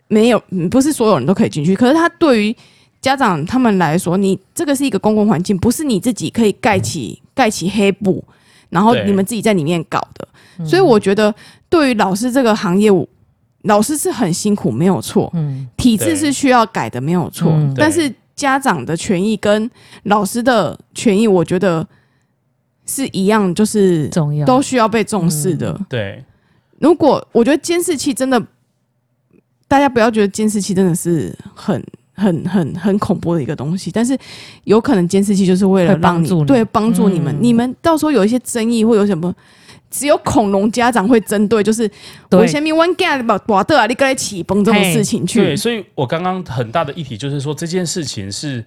Speaker 3: 没有嗯不是所有人都可以进去，可是它对于家长他们来说，你这个是一个公共环境，不是你自己可以盖起盖起黑布，然后
Speaker 1: 对
Speaker 3: 你们自己在里面搞的。
Speaker 2: 嗯
Speaker 3: 所以我觉得，对于老师这个行业，我老师是很辛苦，没有错。
Speaker 2: 嗯，
Speaker 3: 体制
Speaker 1: 对
Speaker 3: 是需要改的，没有错。
Speaker 2: 嗯
Speaker 3: 但是家长的权益跟老师的权益，我觉得是一样，就是
Speaker 2: 重要
Speaker 3: 都需要被重视的。
Speaker 2: 嗯
Speaker 1: 对，
Speaker 3: 如果我觉得监视器真的，大家不要觉得监视器真的是很。很很很恐怖的一个东西，但是有可能监视器就是为了
Speaker 2: 会帮
Speaker 3: 让你
Speaker 2: 助你
Speaker 3: 对帮助你们，
Speaker 2: 嗯
Speaker 3: 你们到时候有一些争议或有什么，只有恐龙家长会针对，就是
Speaker 2: 对
Speaker 3: 我前面 one g 把把的啊，你跟他起崩这种
Speaker 2: 嘿
Speaker 3: 事情去，
Speaker 1: 对，所以我刚刚很大的议题就是说，这件事情是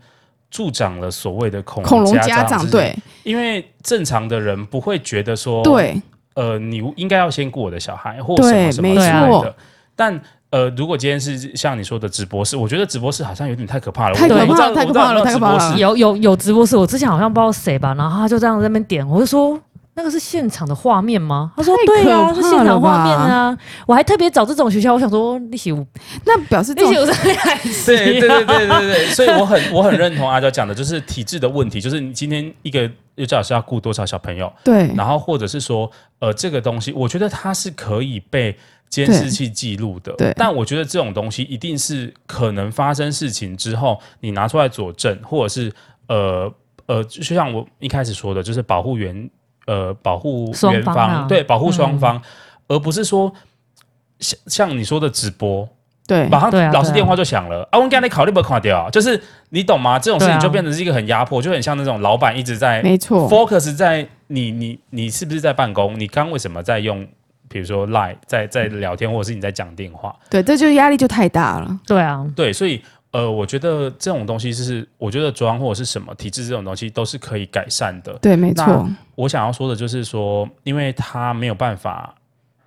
Speaker 1: 助长了所谓的恐
Speaker 3: 恐龙
Speaker 1: 家
Speaker 3: 家长
Speaker 1: 之间，
Speaker 3: 对
Speaker 1: 因为正常的人不会觉得说，，
Speaker 3: 对
Speaker 1: 呃，你应该要先顾我的小孩，或
Speaker 3: 对
Speaker 1: 什么什么
Speaker 3: 没
Speaker 1: 之类
Speaker 3: 错
Speaker 1: 的。但呃，如果今天是像你说的直播室，我觉得直播室好像有点太可怕了，
Speaker 3: 太
Speaker 1: 我
Speaker 2: 可
Speaker 1: 我不知
Speaker 3: 怕
Speaker 1: 道
Speaker 3: 了太可怕了
Speaker 1: 我不知道有没有直
Speaker 3: 太可怕
Speaker 1: 播
Speaker 3: 了
Speaker 1: 室
Speaker 2: 有有有直播室，我之前好像不知道谁吧，然后他就这样在那边点，我就说那个是现场的画面吗？他说
Speaker 3: 太
Speaker 2: 对啊，
Speaker 3: 可
Speaker 2: 是
Speaker 3: 怕
Speaker 2: 现
Speaker 3: 了
Speaker 2: 场
Speaker 3: 吧
Speaker 2: 画面啊。我还特别找这种学校，我想说利息五，
Speaker 3: 那表示这
Speaker 2: 利息
Speaker 3: 种
Speaker 2: 五是还是
Speaker 1: 对对对对对对，所以我很我很认同阿娇讲的，就是体制的问题，就是你今天一个幼教老师要顾多少小朋友，
Speaker 3: 对
Speaker 1: 然后或者是说，呃，这个东西，我觉得它是可以被监视器记录的。
Speaker 3: 对对
Speaker 1: 但我觉得这种东西一定是可能发生事情之后，你拿出来佐证，或者是呃呃，就像我一开始说的，就是保护原呃保护
Speaker 2: 双
Speaker 1: 原
Speaker 2: 方
Speaker 1: 方，
Speaker 2: 啊
Speaker 1: 对，保护双
Speaker 2: 嗯
Speaker 1: 方，而不是说像像你说的直播，
Speaker 3: 对
Speaker 1: 马上
Speaker 2: 对啊
Speaker 1: 老师
Speaker 2: 对啊
Speaker 1: 电话就响了。啊，我刚才考虑不考掉，啊就是你懂吗？这种事
Speaker 2: 对
Speaker 1: 情
Speaker 2: 啊
Speaker 1: 就变成是一个很压迫，就很像那种老板一直在
Speaker 3: 没错，
Speaker 1: focus 在你你你是不是在办公？你刚为什么在用？比如说 Line 在在聊天，或者是你在讲电话，
Speaker 3: 对，这就压力就太大了。
Speaker 2: 对啊，
Speaker 1: 对，所以呃，我觉得这种东西是，我觉得装或者是什么体制这种东西都是可以改善的。
Speaker 3: 对，没错
Speaker 1: 那，我想要说的就是说，因为他没有办法，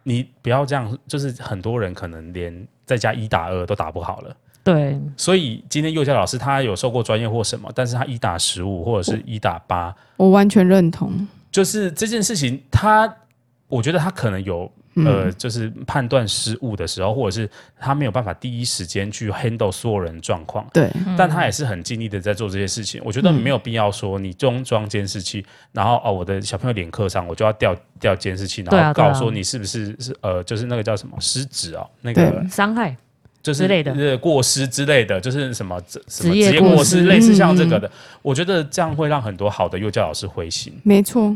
Speaker 1: 你不要这样，就是很多人可能连在家一打二都打不好了。
Speaker 2: 对，
Speaker 1: 所以今天幼教老师他有受过专业或什么，但是他一打十五或者是一打八，
Speaker 3: 我完全认同。
Speaker 1: 就是这件事情，他我觉得他可能有呃，
Speaker 3: 嗯，
Speaker 1: 就是判断失误的时候，或者是他没有办法第一时间去 handle 所有人状况，
Speaker 3: 对，
Speaker 2: 嗯
Speaker 1: 但他也是很尽力的在做这些事情。我觉得
Speaker 3: 嗯
Speaker 1: 没有必要说你中装监视器，然后哦，我的小朋友脸课上我就要调调监视器，
Speaker 2: 对
Speaker 1: 然
Speaker 2: 啊
Speaker 1: 后
Speaker 2: 对啊
Speaker 1: 告说你是不是是呃，就是那个叫什么失职哦，那
Speaker 3: 对
Speaker 1: 个
Speaker 2: 伤害
Speaker 1: 就是
Speaker 2: 之类的
Speaker 1: 呃过失之类的，就是什么这什么
Speaker 2: 职业
Speaker 1: 职业
Speaker 2: 过
Speaker 1: 过
Speaker 2: 失
Speaker 1: 失，类似像这个
Speaker 3: 嗯
Speaker 1: 的，我觉得这样会让很多好的幼教老师灰心。
Speaker 3: 没错。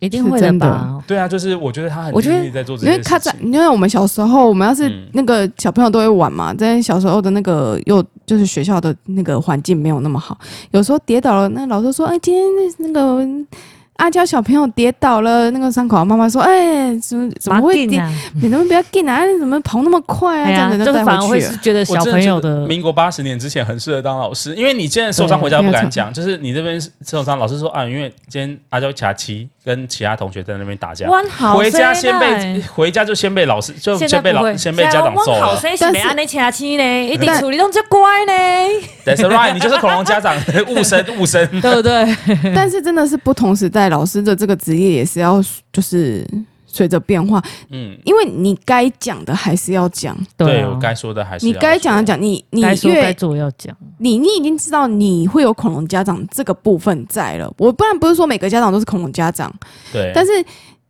Speaker 2: 一定会的吧？
Speaker 1: 对啊，就是我觉得他很
Speaker 2: 我觉得
Speaker 1: 尽力在做这
Speaker 3: 因为
Speaker 1: 件
Speaker 3: 看
Speaker 1: 事
Speaker 3: 在，
Speaker 1: 情。
Speaker 3: 因为我们小时候，我们要是
Speaker 1: 嗯
Speaker 3: 那个小朋友都会玩嘛，在小时候的那个又就是学校的那个环境没有那么好，有时候跌倒了，那老师说：“哎，今天那那个阿娇小朋友跌倒了，那个伤口，妈妈说：“哎、怎么怎么会跌？
Speaker 2: 啊？
Speaker 3: 你怎么不要进啊？你怎么跑那么快啊？”
Speaker 2: 哎
Speaker 3: 这样
Speaker 2: 呀，就
Speaker 3: 子都带
Speaker 2: 是反而
Speaker 3: 回
Speaker 2: 会
Speaker 3: 去
Speaker 2: 是
Speaker 3: 了。
Speaker 2: 觉得小朋友
Speaker 1: 我真觉得
Speaker 2: 的
Speaker 1: 民国八十年之前很适合当老师，因为你现在受伤回家不敢讲，就是你这边受伤，老师说啊，因为今天阿娇卡七跟其他同学在那边打架，
Speaker 4: 弯好
Speaker 1: 回家
Speaker 4: 生
Speaker 1: 先被
Speaker 4: 啦
Speaker 1: 回家就先被老师就
Speaker 4: 现在
Speaker 1: 先被
Speaker 4: 不
Speaker 1: 老
Speaker 4: 会
Speaker 1: 先被家
Speaker 3: 啊
Speaker 1: 长揍
Speaker 4: 现在我好
Speaker 1: 了。
Speaker 4: 生是没安尼请亲呢，一定处理拢这乖呢。
Speaker 1: That's right，你就是恐龙家长，误生误生。
Speaker 2: 对不对？
Speaker 3: 但是真的是不同时代，老师的这个职业也是要就是随着变化，
Speaker 1: 嗯，
Speaker 3: 因为你该讲的还是要讲，
Speaker 1: 对
Speaker 2: 啊
Speaker 1: 我该说的还是
Speaker 3: 你
Speaker 1: 要
Speaker 3: 该
Speaker 1: 说
Speaker 3: 讲的讲，你你
Speaker 2: 该说该
Speaker 3: 越
Speaker 2: 做要讲，
Speaker 3: 你你已经知道你会有恐龙家长这个部分在了。我不然不是说每个家长都是恐龙家长，
Speaker 1: 对，
Speaker 3: 但是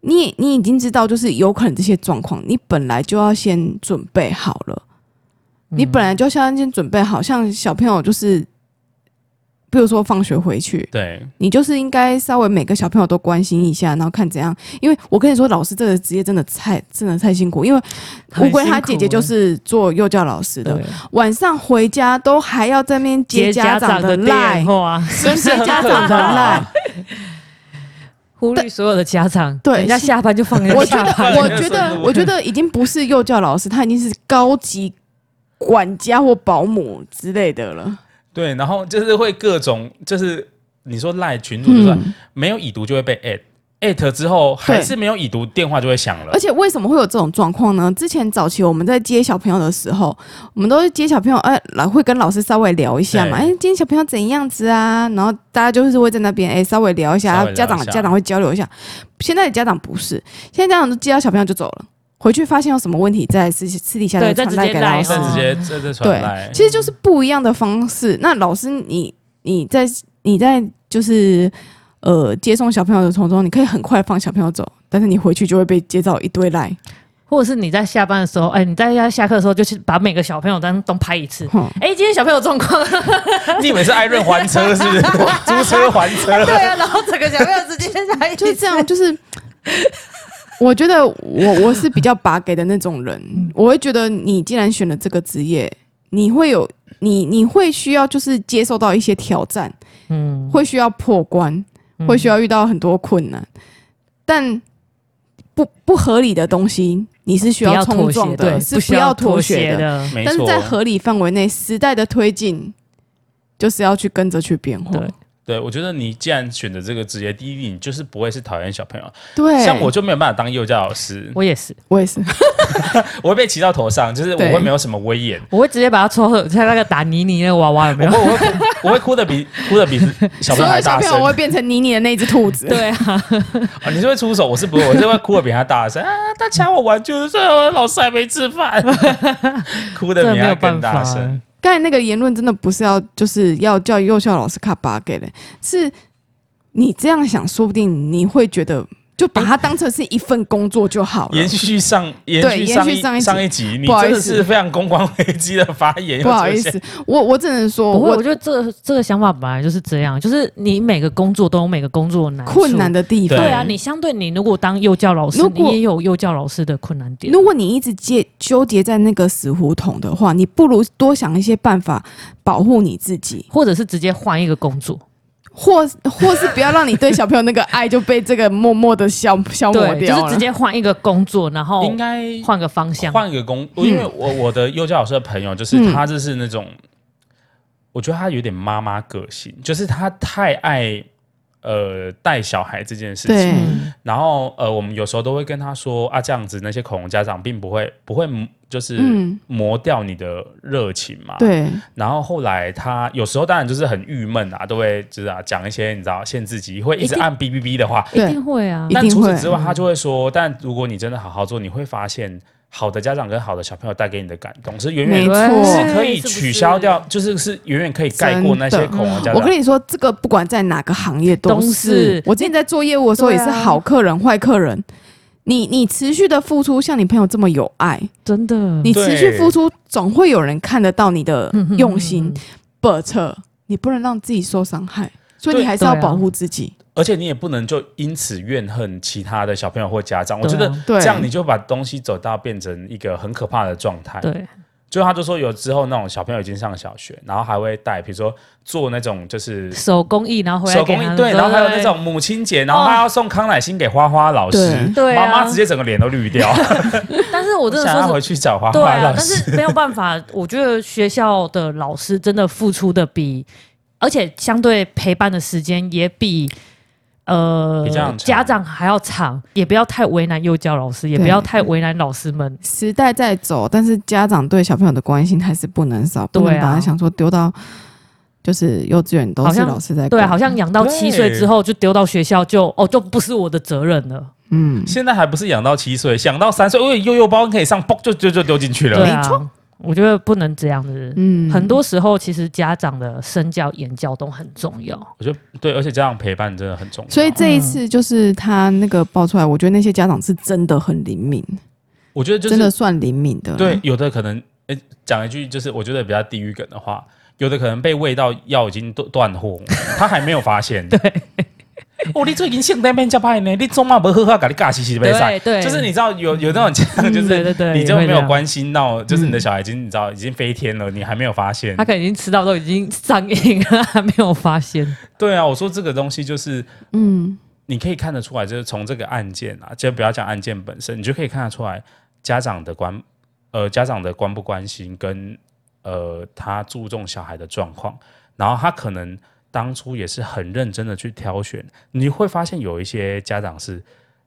Speaker 3: 你你已经知道，就是有可能这些状况，你本来就要先准备好了，你本来就要先准备好，像小朋友就是，比如说放学回去，
Speaker 1: 对
Speaker 3: 你就是应该稍微每个小朋友都关心一下，然后看怎样。因为我跟你说，老师这个职业真的太真的太辛苦，因为乌龟他姐姐就是做幼教老师的，
Speaker 2: 欸对
Speaker 3: 晚上回家都还要在那边接家长的
Speaker 2: 电
Speaker 3: 赖。
Speaker 2: 话，
Speaker 1: 是不是很
Speaker 3: 家
Speaker 1: 可
Speaker 3: 长的
Speaker 1: 怕
Speaker 3: 赖？
Speaker 2: 忽略所有的家长，
Speaker 3: 对
Speaker 2: 人家下班就放人
Speaker 3: 我
Speaker 2: 家
Speaker 3: 觉
Speaker 2: 下
Speaker 3: 得
Speaker 2: 班，，
Speaker 3: 我觉得，我觉得已经不是幼教老师，他已经是高级管家或保姆之类的了。
Speaker 1: 对，然后就是会各种，就是你说赖群主就是、
Speaker 3: 嗯
Speaker 1: 没有已读就会被 at。at 之后还是没有已读，电话就会响了
Speaker 3: 而。且为什么会有这种状况呢？之前早期我们在接小朋友的时候，我们都是接小朋友，哎、老会跟老师稍微聊一下嘛，哎、
Speaker 1: 对
Speaker 3: 今天小朋友怎样子啊？然后大家就是会在那边哎、稍微聊一下，
Speaker 1: 稍微聊一
Speaker 3: 家长
Speaker 1: 下
Speaker 3: 家长会交流一下。现在的家长不是，现在家长都接到小朋友就走了，回去发现有什么问题再私私底下
Speaker 2: 对
Speaker 3: 再
Speaker 2: 再
Speaker 3: 传赖
Speaker 2: 直接
Speaker 3: 给
Speaker 2: 赖
Speaker 3: 老
Speaker 1: 然
Speaker 3: 师
Speaker 2: 哦。
Speaker 1: 后直接这这传来，
Speaker 3: 其实就是不一样的方式。那老师你，你在你在就是呃接送小朋友的途中，你可以很快放小朋友走，但是你回去就会被接到一堆赖。
Speaker 2: 或者是你在下班的时候，哎，你在家下课的时候，就去把每个小朋友当都拍一次。
Speaker 3: 哼
Speaker 2: 哎，今天小朋友状况，
Speaker 1: 你以为是艾润还车是不是？租车还车。
Speaker 4: 对啊，然后整个小朋友直接现在
Speaker 3: 就是这样，就是。我觉得我我是比较拔给的那种人，
Speaker 2: 嗯
Speaker 3: 我会觉得你既然选了这个职业，你会有你你会需要就是接受到一些挑战，
Speaker 2: 嗯，
Speaker 3: 会需要破关，会需要遇到很多困难，但不不合理的东西你是需
Speaker 2: 不要
Speaker 3: 冲
Speaker 2: 妥协
Speaker 3: 撞的，
Speaker 2: 对，
Speaker 3: 是
Speaker 2: 需
Speaker 3: 不
Speaker 2: 要
Speaker 3: 要
Speaker 2: 妥
Speaker 3: 妥协的。
Speaker 2: 的。
Speaker 1: 没
Speaker 3: 但是
Speaker 1: 错，
Speaker 3: 在合理范围内，时代的推进就是要去跟着去变化。
Speaker 2: 对
Speaker 1: 对我觉得你既然选择这个职业，第一你就是不会是讨厌小朋友，
Speaker 3: 对，
Speaker 1: 像我就没有办法当幼教老师，
Speaker 2: 我也是，
Speaker 3: 我也是，
Speaker 1: 我会被骑到头上，就是我
Speaker 3: 对
Speaker 1: 会没有什么威 严，
Speaker 2: 我会直接把他撮合，像那个打泥泥的娃娃有没
Speaker 1: 我
Speaker 2: 有？
Speaker 1: 会我会哭我会哭的比哭的比小朋
Speaker 3: 所
Speaker 1: 友还
Speaker 3: 有小
Speaker 1: 大
Speaker 3: 朋
Speaker 1: 声
Speaker 3: 友， 我会变成妮妮的那只兔 子。
Speaker 2: 对啊，
Speaker 1: 啊，你是会出手，我是不会，我是会哭的比他大声啊！他抢我玩具，所以我老师还没吃饭， 哭的
Speaker 2: 真的
Speaker 1: 比
Speaker 2: 没
Speaker 1: 他
Speaker 2: 有办
Speaker 1: 更
Speaker 2: 法
Speaker 1: 大。声。
Speaker 3: 刚才那个言论真的不是要就是要叫幼校老师卡巴给的，是你这样想，说不定你会觉得就把它当成是一份工作就好了
Speaker 1: 延。续上，延
Speaker 3: 对
Speaker 1: 续
Speaker 3: 延
Speaker 1: 上
Speaker 3: 续
Speaker 1: 一
Speaker 3: 上一集
Speaker 1: 上一集，你
Speaker 3: 不好
Speaker 1: 真
Speaker 3: 意
Speaker 1: 的
Speaker 3: 思
Speaker 1: 是非常公关危机的发言，
Speaker 3: 不好
Speaker 1: 又
Speaker 3: 意
Speaker 1: 出现
Speaker 3: 思，我我只能说，
Speaker 2: 不会，我
Speaker 3: 我
Speaker 2: 觉得这这个想法本来就是这样，就是你每个工作都有每个工作的难处
Speaker 3: 困难。的地
Speaker 1: 对
Speaker 3: 方
Speaker 2: 对。啊，你相对你如果当幼教老师
Speaker 3: 如，
Speaker 2: 你
Speaker 3: 果
Speaker 2: 也有幼教老师的困难点。
Speaker 3: 如果你一直结纠结在那个死胡同的话，你不如多想一些办法保护你自己，
Speaker 2: 或者是直接换一个工作，
Speaker 3: 或或是不要让你对小朋友那个爱就被这个默默的消消磨
Speaker 2: 对，就
Speaker 3: 掉
Speaker 2: 是
Speaker 3: 了。
Speaker 2: 直接换一个工作，然后
Speaker 1: 应该
Speaker 2: 换个方向。
Speaker 1: 换个工，因为我我的幼教老师的朋友，就是
Speaker 3: 嗯
Speaker 1: 他就是那种，我觉得他有点妈妈个性，就是他太爱呃带小孩这件事情
Speaker 3: 对。
Speaker 2: 嗯，
Speaker 1: 然后呃，我们有时候都会跟他说啊，这样子那些恐龙家长并不会不会就是
Speaker 3: 嗯
Speaker 1: 磨掉你的热情嘛。。
Speaker 3: 对，
Speaker 1: 然后后来他有时候当然就是很郁闷啊，都会就是啊讲一些你知道限制级，会一直
Speaker 2: 一定
Speaker 1: 按哔哔哔的话。
Speaker 2: 一
Speaker 3: 对
Speaker 2: 定会啊
Speaker 3: 一。
Speaker 1: 但
Speaker 3: 定
Speaker 1: 除此
Speaker 3: 会
Speaker 1: 之外，他就会说，但如果你真的好好做，你会发现好的家长跟好的小朋友带给你的感动是远远
Speaker 3: 没
Speaker 2: 对
Speaker 3: 错
Speaker 1: 是可以
Speaker 2: 是不
Speaker 1: 取消
Speaker 2: 是
Speaker 1: 掉，就是是远远可以盖过那些
Speaker 3: 真的
Speaker 1: 恐龙家
Speaker 3: 我
Speaker 1: 长。
Speaker 3: 跟你说，这个不管在哪个行业都
Speaker 2: 都是
Speaker 3: 是。我之前在做业务的时候
Speaker 4: 对
Speaker 3: 也
Speaker 4: 啊
Speaker 3: 是好客人、坏客人。你你持续的付出，像你朋友这么有爱，
Speaker 2: 真的，
Speaker 3: 你持续
Speaker 1: 对
Speaker 3: 付出，总会有人看得到你的用心
Speaker 2: 嗯。
Speaker 3: But 你不能让自己受伤害，所以
Speaker 1: 对
Speaker 3: 你还是要
Speaker 2: 对啊
Speaker 3: 保护自己。
Speaker 1: 而且你也不能就因此怨恨其他的小朋友或家长。我
Speaker 2: 对
Speaker 1: 觉
Speaker 2: 啊
Speaker 1: 得
Speaker 3: 对
Speaker 1: 这样你就把东西走到变成一个很可怕的状态。
Speaker 2: 对，
Speaker 1: 就他就说有之后那种小朋友已经上小学，然后还会带，比如说做那种就是
Speaker 2: 手工艺，然后回来
Speaker 1: 手
Speaker 2: 给
Speaker 1: 工
Speaker 2: 他
Speaker 1: 艺
Speaker 2: 们
Speaker 1: 对，然后还有那
Speaker 2: 对
Speaker 1: 种母亲节，然后他要送康乃馨给花花老师，
Speaker 4: 对
Speaker 1: 妈
Speaker 4: 啊，
Speaker 1: 妈直接整个脸都绿掉，
Speaker 2: 但是哦 我真的
Speaker 1: 想要
Speaker 2: 说
Speaker 1: 回
Speaker 2: 是。
Speaker 1: 去找花
Speaker 2: 对
Speaker 1: 花
Speaker 2: 啊，
Speaker 1: 老
Speaker 2: 但
Speaker 1: 师。
Speaker 2: 是没有 办法，我觉得学校的老师真的付出的比，而且相对陪伴的时间也比呃
Speaker 1: 比较长
Speaker 2: 家长还要长，也不要太为难幼教老师，也不
Speaker 3: 对
Speaker 2: 要太为难老师们。
Speaker 3: 时代在走，但是家长对小朋友的关心还是不能少，不
Speaker 2: 对
Speaker 3: 能
Speaker 2: 啊
Speaker 3: 把他想说丢到就是幼稚园都
Speaker 2: 好
Speaker 3: 是
Speaker 2: 像
Speaker 3: 老师在
Speaker 2: 对啊，
Speaker 3: 管
Speaker 2: 好像养到七岁之后就丢到学校就，哦，就不是我的责任了。
Speaker 3: 嗯，
Speaker 1: 现在还不是养到七岁，想到三岁，因为幼幼包可以上，嘣就就就丢进去了。
Speaker 2: 对啊，我觉得不能这样子。
Speaker 3: 嗯
Speaker 2: 很多时候，其实家长的身教、言教都很重要。
Speaker 1: 我觉得对，而且家长陪伴真的很重要。
Speaker 3: 所以这一
Speaker 1: 嗯
Speaker 3: 次就是他那个爆出来，我觉得那些家长是真的很灵敏，
Speaker 1: 我觉得就
Speaker 3: 真的
Speaker 1: 是
Speaker 3: 算灵敏的。
Speaker 1: 对，有的可能，诶讲一句就是我觉得比较地狱梗的话，有的可能被喂到药已经断断货，他还没有发现。对。哦，你最近性单变加派呢？你中嘛不喝喝，给你尬嘻嘻的
Speaker 2: 对
Speaker 1: 赛。
Speaker 2: 对，
Speaker 1: 就是你知道有有那种家长，就
Speaker 2: 嗯对对
Speaker 1: 是
Speaker 2: 对，
Speaker 1: 你就
Speaker 2: 也会
Speaker 1: 没
Speaker 2: 这
Speaker 1: 有
Speaker 2: 样。嗯
Speaker 1: 关心到，就是你的小孩已经你知道已经飞天了，你还没有发现
Speaker 2: 他。可能已经吃到都已经上瘾了，还没有发现。
Speaker 1: 对啊，我说这个东西就是
Speaker 3: 嗯，
Speaker 1: 你可以看得出来，就是从这个案件啊，就不要讲案件本身，你就可以看得出来家长的关，呃，家长的关不关心跟呃他注重小孩的状况，然后他可能当初也是很认真的去挑选，你会发现有一些家长是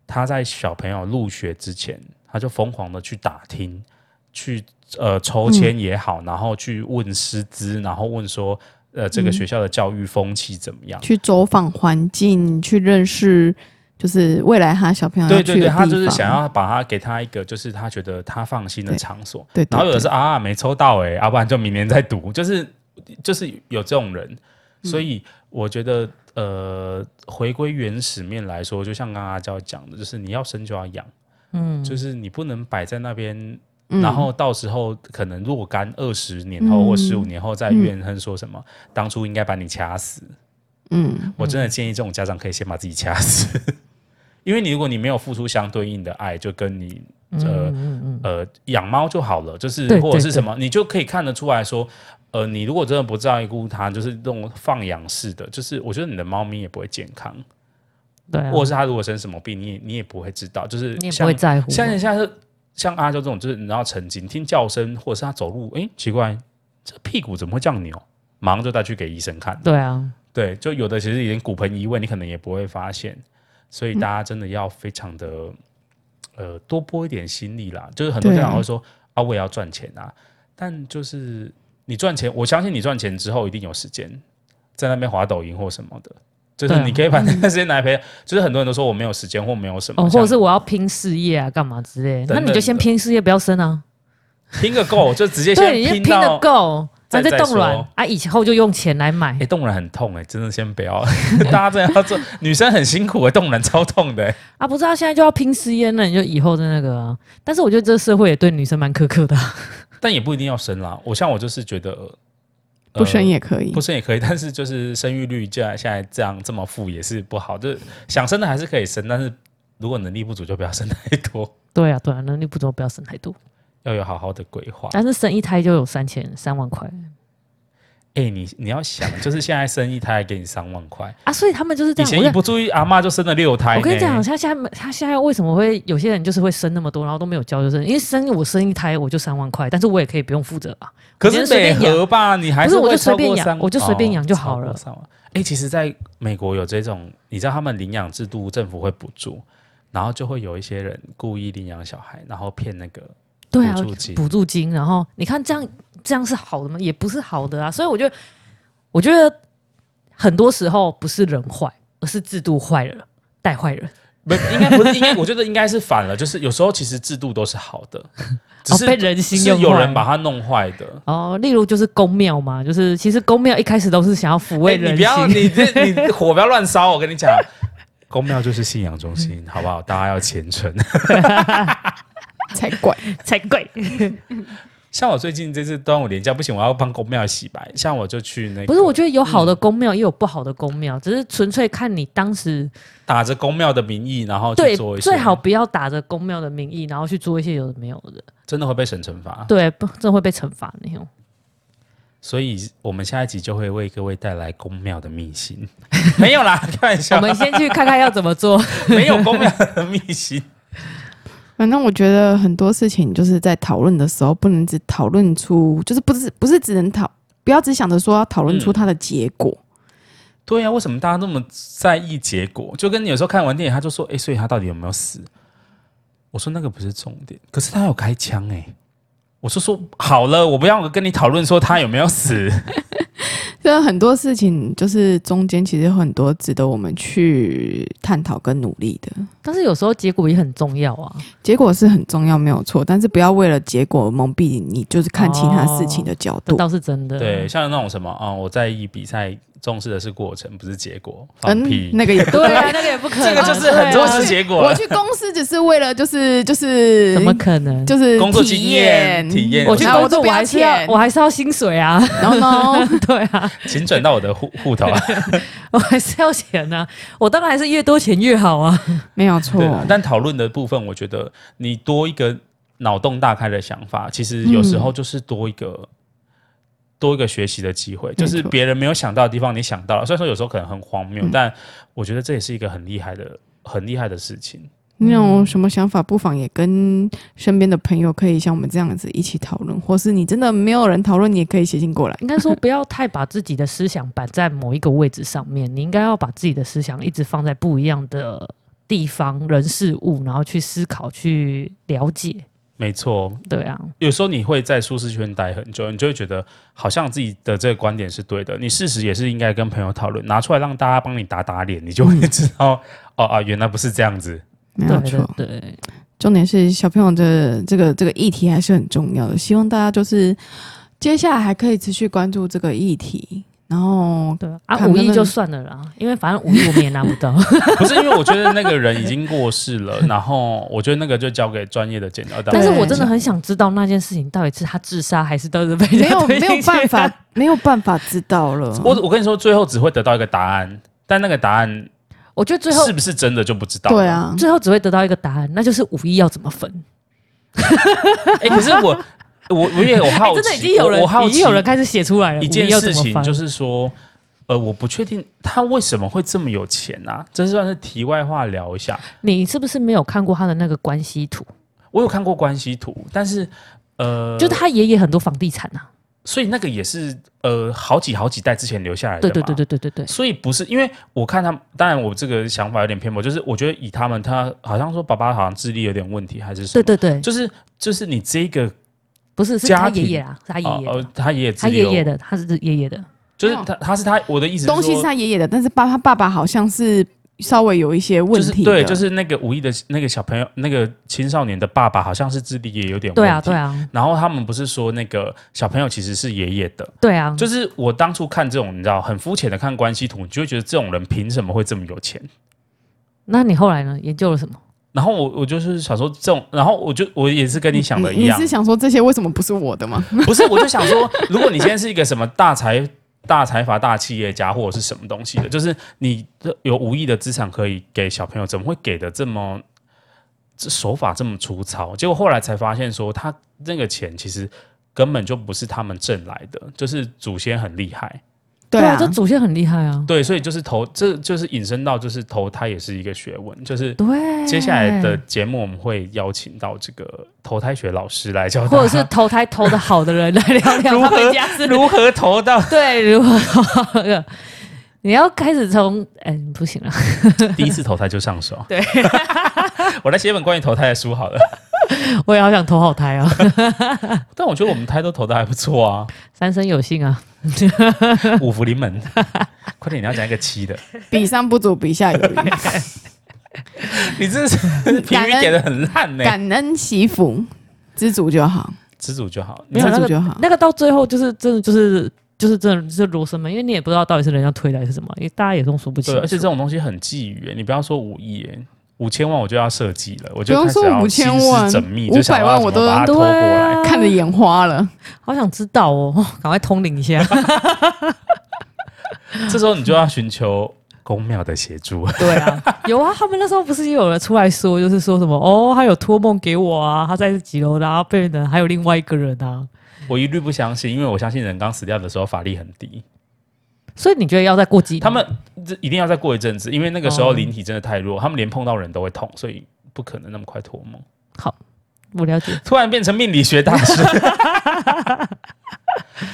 Speaker 1: 他在小朋友入学之前，他就疯狂的去打听，去呃抽签也
Speaker 3: 嗯
Speaker 1: 好，然后去问师资，然后问说。呃，这个
Speaker 3: 嗯
Speaker 1: 学校的教育风气怎么样？
Speaker 3: 去走访环境，去认识，就是未来他小朋友要
Speaker 1: 对
Speaker 3: 嗯去
Speaker 1: 对
Speaker 3: 的
Speaker 1: 对，
Speaker 3: 地方。
Speaker 1: 他就是想要把他给他一个，就是他觉得他放心的场所。
Speaker 3: 对，对
Speaker 1: 然后有的
Speaker 3: 对
Speaker 1: 是啊没抽到哎、欸，要、不然就明年再读，就是就是有这种人，
Speaker 3: 嗯
Speaker 1: 所以我觉得呃，回归原始面来说，就像刚刚阿娇讲的，就是你要生就要养，
Speaker 2: 嗯，
Speaker 1: 就是你不能摆在那边，
Speaker 3: 嗯
Speaker 1: 然后到时候可能若干二十年后或
Speaker 3: 嗯
Speaker 1: 十五年后再怨恨说什么、当初应该把你掐死，
Speaker 3: 嗯，
Speaker 1: 我真的建议这种家长可以先把自己掐死， 因为你如果你没有付出相对应的爱，就跟你
Speaker 2: 嗯
Speaker 1: 呃、呃养猫就好了，就是
Speaker 2: 对
Speaker 1: 或者
Speaker 2: 对
Speaker 1: 是
Speaker 2: 对
Speaker 1: 什么，你就可以看得出来说，呃，你如果真的不照顾它，就是那种放养式的，就是我觉得你的猫咪也不会健康，
Speaker 2: 对啊，
Speaker 1: 或者是它如果生什么病，你也你也不会知道，就是
Speaker 2: 你也不
Speaker 1: 像
Speaker 2: 会在乎。
Speaker 1: 像像是像阿娇这种，就是你知道沉浸听叫声，或者是它走路，诶，奇怪，这屁股怎么会这样扭？马上就带去给医生看。
Speaker 2: 对啊，
Speaker 1: 对，就有的其实已经骨盆移位，你可能也不会发现，所以
Speaker 2: 嗯
Speaker 1: 大家真的要非常的、呃多拨一点心力啦。就是很多
Speaker 3: 对
Speaker 1: 家长会说啊，我也要赚钱啊，但就是你赚钱，我相信你赚钱之后一定有时间在那边滑抖音或什么的。就
Speaker 2: 对
Speaker 1: 是
Speaker 2: 啊
Speaker 1: 你可以把那段时间拿来陪，就是很多人都说我没有时间或没有什么，
Speaker 2: 哦，或
Speaker 1: 像
Speaker 2: 者是我要拼事业啊，干嘛之类的。
Speaker 1: 等
Speaker 2: 那
Speaker 1: 等
Speaker 2: 你就先拼事业，不要生啊。
Speaker 1: 拼个够就直接先
Speaker 2: 对，你就拼
Speaker 1: 到
Speaker 2: 的。够，
Speaker 1: 再
Speaker 2: 那再
Speaker 1: 再
Speaker 2: 冻卵
Speaker 1: 说
Speaker 2: 啊，以后就用钱来买
Speaker 1: 哎、。冻卵很痛哎、真的先不要， 大家真的要做，女生很辛苦哎、冻卵超痛的、欸。
Speaker 2: 啊，不是啊，现在就要拼事业，那你就以后的那个啊。但是我觉得这个社会也对女生蛮苛刻的 啊、
Speaker 1: 但也不一定要生啦。我像我就是觉得，呃
Speaker 3: 不生也可以
Speaker 1: 不。生也可以，但是就是生育率这样现在这样这么负也是不好。就是想生的还是可以生，但是如果能力不足就不要生太多，
Speaker 2: 对啊，对啊，能力不足不要生太多。
Speaker 1: 要有好好的规划。
Speaker 2: 但是生一胎就有三千三万块
Speaker 1: 哎、你你要想，就是现在生一胎还给你三万块，
Speaker 2: 啊，所以他们就是这
Speaker 1: 以
Speaker 2: 样。
Speaker 1: 前
Speaker 2: 我
Speaker 1: 一
Speaker 2: 在
Speaker 1: 不注意，阿妈就生了六胎呢。
Speaker 2: 我跟你讲，他现在他现在为什么会有些人就是会生那么多，然后都没有交就生？因为生我生一胎我就三万块，但是我也可以不用负责啊。
Speaker 1: 可
Speaker 2: 我
Speaker 1: 是
Speaker 2: 觉得随
Speaker 1: 北
Speaker 2: 便养
Speaker 1: 和吧，你还
Speaker 2: 不是我
Speaker 1: 会
Speaker 2: 就随
Speaker 1: 超
Speaker 2: 便
Speaker 1: 过
Speaker 2: 养
Speaker 1: 三，
Speaker 2: 我就随便养就好了
Speaker 1: 哦超过三万哎、其实在美国有这种，你知道他们领养制度，政府会补助，然后就会有一些人故意领养小孩，然后骗那个
Speaker 2: 对啊
Speaker 1: 补，助金。
Speaker 2: 补助金，然后你看这样这样是好的吗？也不是好的啊。所以我觉得，我觉得很多时候不是人坏，而是制度坏了，带坏人。
Speaker 1: 不，应该不是，应该我觉得应该是反了，就是有时候其实制度都是好的，只
Speaker 2: 哦
Speaker 1: 是、
Speaker 2: 被人心
Speaker 1: 是
Speaker 2: 用
Speaker 1: 有
Speaker 2: 坏
Speaker 1: 人把它弄坏的。
Speaker 2: 哦，例如就是公庙嘛，就是其实公庙一开始都是想哎要抚
Speaker 1: 喂，
Speaker 2: 慰
Speaker 1: 你
Speaker 2: 人
Speaker 1: 不
Speaker 2: 心，
Speaker 1: 要，你这你火不要乱烧，我跟你讲， 公庙就是信仰中心，好 不好？大家要虔诚。
Speaker 3: 才怪，
Speaker 2: 才怪。
Speaker 1: 像我最近这次端午连假不行，我要帮公庙洗白。像我就去那个，
Speaker 2: 不是，我觉得有好的
Speaker 1: 嗯
Speaker 2: 公庙，也有不好的公庙，只是纯粹看你当时
Speaker 1: 打着公庙的名义，然后去
Speaker 2: 对
Speaker 1: 做一些，
Speaker 2: 最好不要打着公庙的名义，然后去做一些有的没有的，
Speaker 1: 真的会被神惩罚。
Speaker 2: 对，不，真的会被惩罚那 种。
Speaker 1: 所以我们下一集就会为各位带来公庙的秘辛， 没有 啦，开玩
Speaker 2: 我
Speaker 1: 笑，
Speaker 2: 们先去看看要怎么做。
Speaker 1: 没有公庙的秘辛。
Speaker 3: 反正我觉得很多事情就是在讨论的时候，不能只讨论出，就是不是不是只能讨，不要只想着说要讨论出它的结果。
Speaker 1: 嗯对啊呀、为什么大家那么在意结果？就跟你有时候看完电影，他就说：“哎、所以他到底有没有死？”我说那个不是重点，可是他有开枪哎、我是说好了，我不要跟你讨论说他有没有 死。
Speaker 3: 虽然很多事情就是中间其实有很多值得我们去探讨跟努力的，
Speaker 2: 但是有时候结果也很重要啊。
Speaker 3: 结果是很重要，没有错。但是不要为了结果蒙蔽你，就是看其他事情的角
Speaker 2: 这
Speaker 3: 度。
Speaker 2: 倒是真 的。
Speaker 1: 对，像那种什么啊、嗯我在意比赛，重视的是过程，不是结果。放屁，
Speaker 3: 嗯，那个也
Speaker 2: 对啊，那个也不可能。
Speaker 1: 这个就是很重
Speaker 2: 对啊
Speaker 1: 视结果
Speaker 3: 我
Speaker 1: 了。
Speaker 3: 去公司只是为了就是就是
Speaker 2: 怎么可能？
Speaker 3: 就是
Speaker 1: 工作经
Speaker 3: 体
Speaker 1: 验
Speaker 3: 验
Speaker 1: 体验
Speaker 2: 我去
Speaker 3: 然后
Speaker 2: 工作，
Speaker 3: 都不
Speaker 2: 我还是要
Speaker 3: 钱
Speaker 2: 我还是要薪水啊，
Speaker 3: 然后呢，
Speaker 2: 对啊，
Speaker 1: 请转到我的户户头啊。
Speaker 2: 我还是要钱啊，我当然还是越多钱越好啊。
Speaker 3: 没有错
Speaker 1: 对，啊，但讨论的部分，我觉得你多一个脑洞大开的想法，其实有时候就是多一个、多一个学习的机会，
Speaker 3: 错
Speaker 1: 就是别人没有想到的地方，你想到了。虽然说有时候可能很荒谬，但我觉得这也是一个很厉害的、很厉害的事情。
Speaker 3: 你有什么想法，不妨也跟身边的朋友可以像我们这样子一起讨论，或是你真的没有人讨论，你也可以写信过来。
Speaker 2: 应该说不要太把自己的思想摆在某一个位置上面，你应该要把自己的思想一直放在不一样的地方、人、事物，然后去思考、去了解。
Speaker 1: 没错，
Speaker 2: 对啊，
Speaker 1: 有时候你会在舒适圈待很久，你就会觉得好像自己的这个观点是对的。你事实也是应该跟朋友讨论，拿出来让大家帮你打打脸，你就会知道、哦啊，原来不是这样子。
Speaker 3: 没
Speaker 2: 对
Speaker 3: 有
Speaker 2: 对
Speaker 3: 错，
Speaker 2: 对，
Speaker 3: 重点是小朋友的这个这个议题还是很重要的，希望大家就是接下来还可以持续关注这个议题，然 后
Speaker 2: 对啊，啊
Speaker 3: 看
Speaker 2: 五
Speaker 3: 能不
Speaker 2: 亿
Speaker 3: 能
Speaker 2: 就算了啦，因为反正五亿我们也拿不 到。
Speaker 1: 不是因为我觉得那个人已经过世了，然后我觉得那个就交给专业的检调单位。
Speaker 2: 但是我
Speaker 3: 对
Speaker 2: 真的很想知道那件事情到底是他自杀还是到底是 被人
Speaker 3: 没
Speaker 2: 家
Speaker 3: 有
Speaker 2: 推
Speaker 3: 没
Speaker 2: 进
Speaker 3: 有
Speaker 2: 去
Speaker 3: 办
Speaker 1: 啊
Speaker 3: 法，没有办法知道了。
Speaker 1: 我我跟你说，最后只会得到一个答案，但那个答案
Speaker 2: 我觉得最后
Speaker 1: 是不是真的就不知道。
Speaker 3: 对，啊，
Speaker 2: 最后只会得到一个答案，那就是五亿要怎么分。
Speaker 1: 哎、可是我我我也有好奇，
Speaker 2: 哎真的已经有人
Speaker 1: 我我好
Speaker 2: 已
Speaker 1: 奇
Speaker 2: 经有人开始写出来了，
Speaker 1: 一
Speaker 2: 五
Speaker 1: 件
Speaker 2: 亿要
Speaker 1: 事
Speaker 2: 怎么
Speaker 1: 情
Speaker 2: 分
Speaker 1: 就是说。呃，我不确定他为什么会这么有钱啊，这算是题外话聊一下。
Speaker 2: 你是不是没有看过他的那个关系图？
Speaker 1: 我有看过关系图，但是呃，
Speaker 2: 就是他爷爷很多房地产啊，
Speaker 1: 所以那个也是呃好几好几代之前留下来的
Speaker 2: 对
Speaker 1: 嘛。
Speaker 2: 对对对对对对，
Speaker 1: 所以不是因为我看他们，当然我这个想法有点偏颇，就是我觉得以他们，他好像说爸爸好像智力有点问题还是什
Speaker 2: 对
Speaker 1: 么，
Speaker 2: 对对，
Speaker 1: 就是就是你这个
Speaker 2: 不是是
Speaker 1: 家
Speaker 2: 他爷
Speaker 1: 庭
Speaker 2: 爷啊，是他爷
Speaker 1: 哦
Speaker 2: 爷的，
Speaker 1: 哦，他爷爷智
Speaker 2: 他
Speaker 1: 力有
Speaker 2: 爷爷，的，他是爷爷的，
Speaker 1: 就是他他是他我的意思是说
Speaker 3: 东西是他爷爷的，但是爸他爸爸好像是稍微有一些问
Speaker 1: 就是
Speaker 3: 题的、
Speaker 1: 对，就是那个无意的那个小朋友，那个青少年的爸爸好像是智力也有点问题，
Speaker 2: 对啊对。啊
Speaker 1: 然后他们不是说那个小朋友其实是爷爷的，
Speaker 2: 对啊，
Speaker 1: 就是我当初看这种你知道很肤浅的看关系图，你就会觉得这种人凭什么会这么有钱？
Speaker 2: 那你后来呢？研究了什么？
Speaker 1: 然后我我就是想说这种，然后我就我也是跟你想的
Speaker 3: 你
Speaker 1: 一
Speaker 3: 你
Speaker 1: 样，
Speaker 3: 是想说这些为什么不是我 的吗？
Speaker 1: 不是，我就想说，如果你今天是一个什么大财、大财阀、大企业家，或者是什么东西的，就是你的有无意的资产可以给小朋友，怎么会给的这么这手法这么粗糙？结果后来才发现说，他那个钱其实根本就不是他们挣来的，就是祖先很厉害。
Speaker 3: 对啊，
Speaker 2: 这祖先很厉害啊，
Speaker 1: 对，所以就是投，这就是引申到就是投胎也是一个学问，就是。
Speaker 2: 对，
Speaker 1: 接下来的。节目我们会邀请到这个投胎学老师来教大家，
Speaker 2: 或者是投胎投的好的人来聊聊
Speaker 1: 如
Speaker 2: 他
Speaker 1: 何
Speaker 2: 们家是
Speaker 1: 如何投到
Speaker 2: 对，如果 你要开始从，哎、不行了，
Speaker 1: 第一次投胎就上手。
Speaker 2: 对，
Speaker 1: 我来写一本关于投胎的书好了。
Speaker 2: 我也好想投好胎啊，
Speaker 1: 但我觉得我们胎都投的还不错啊，
Speaker 2: 三生有幸啊，
Speaker 1: 五福临门。快点，你要讲一个七的，
Speaker 3: 比上不足，比 下有余，
Speaker 1: 你这 是评
Speaker 3: 感
Speaker 1: 语
Speaker 3: 恩
Speaker 1: 给的很烂呢、
Speaker 3: 感恩祈福，知足就好，
Speaker 1: 知足就好。
Speaker 2: 没有
Speaker 3: 知
Speaker 2: 那
Speaker 3: 足
Speaker 2: 个
Speaker 3: 就好。
Speaker 2: 那个到最后就是真的就是就是真的是罗生门，因为你也不知道到底是人家推来是什么，因为大家也都说不清
Speaker 1: 对，
Speaker 2: 楚。
Speaker 1: 而且这种东西很忌语、你不要说五亿、五千万我就要设计了，我就
Speaker 3: 不用
Speaker 1: 开始
Speaker 3: 说
Speaker 1: 要
Speaker 3: 五
Speaker 1: 心
Speaker 3: 千
Speaker 1: 思
Speaker 3: 万
Speaker 1: 缜密，
Speaker 3: 500
Speaker 1: 就想要
Speaker 3: 万
Speaker 1: 怎
Speaker 3: 我
Speaker 1: 么
Speaker 3: 都
Speaker 1: 把它拖过
Speaker 4: 对
Speaker 1: 来。
Speaker 4: 啊，
Speaker 3: 看得眼花了。
Speaker 2: 好想知道哦， 赶快通灵一下。
Speaker 1: 这时候你就要寻求公庙的协助。
Speaker 2: 对啊，有啊，他们那时候不是也有人出来说，就是说什么哦，他有托梦给我啊，他在几楼，然后被人还有另外一个人啊，
Speaker 1: 我一律不相信，因为我相信人刚死掉的时候法力很低，
Speaker 2: 所以你觉得要再过
Speaker 3: 嗯
Speaker 2: 几？
Speaker 1: 他们这一定要再过一阵子，因为那个时候
Speaker 2: 哦
Speaker 1: 灵体真的太弱，他们连碰到人都会痛，所以不可能那么快脱梦。
Speaker 2: 我了解，
Speaker 1: 突然变成命理学大师。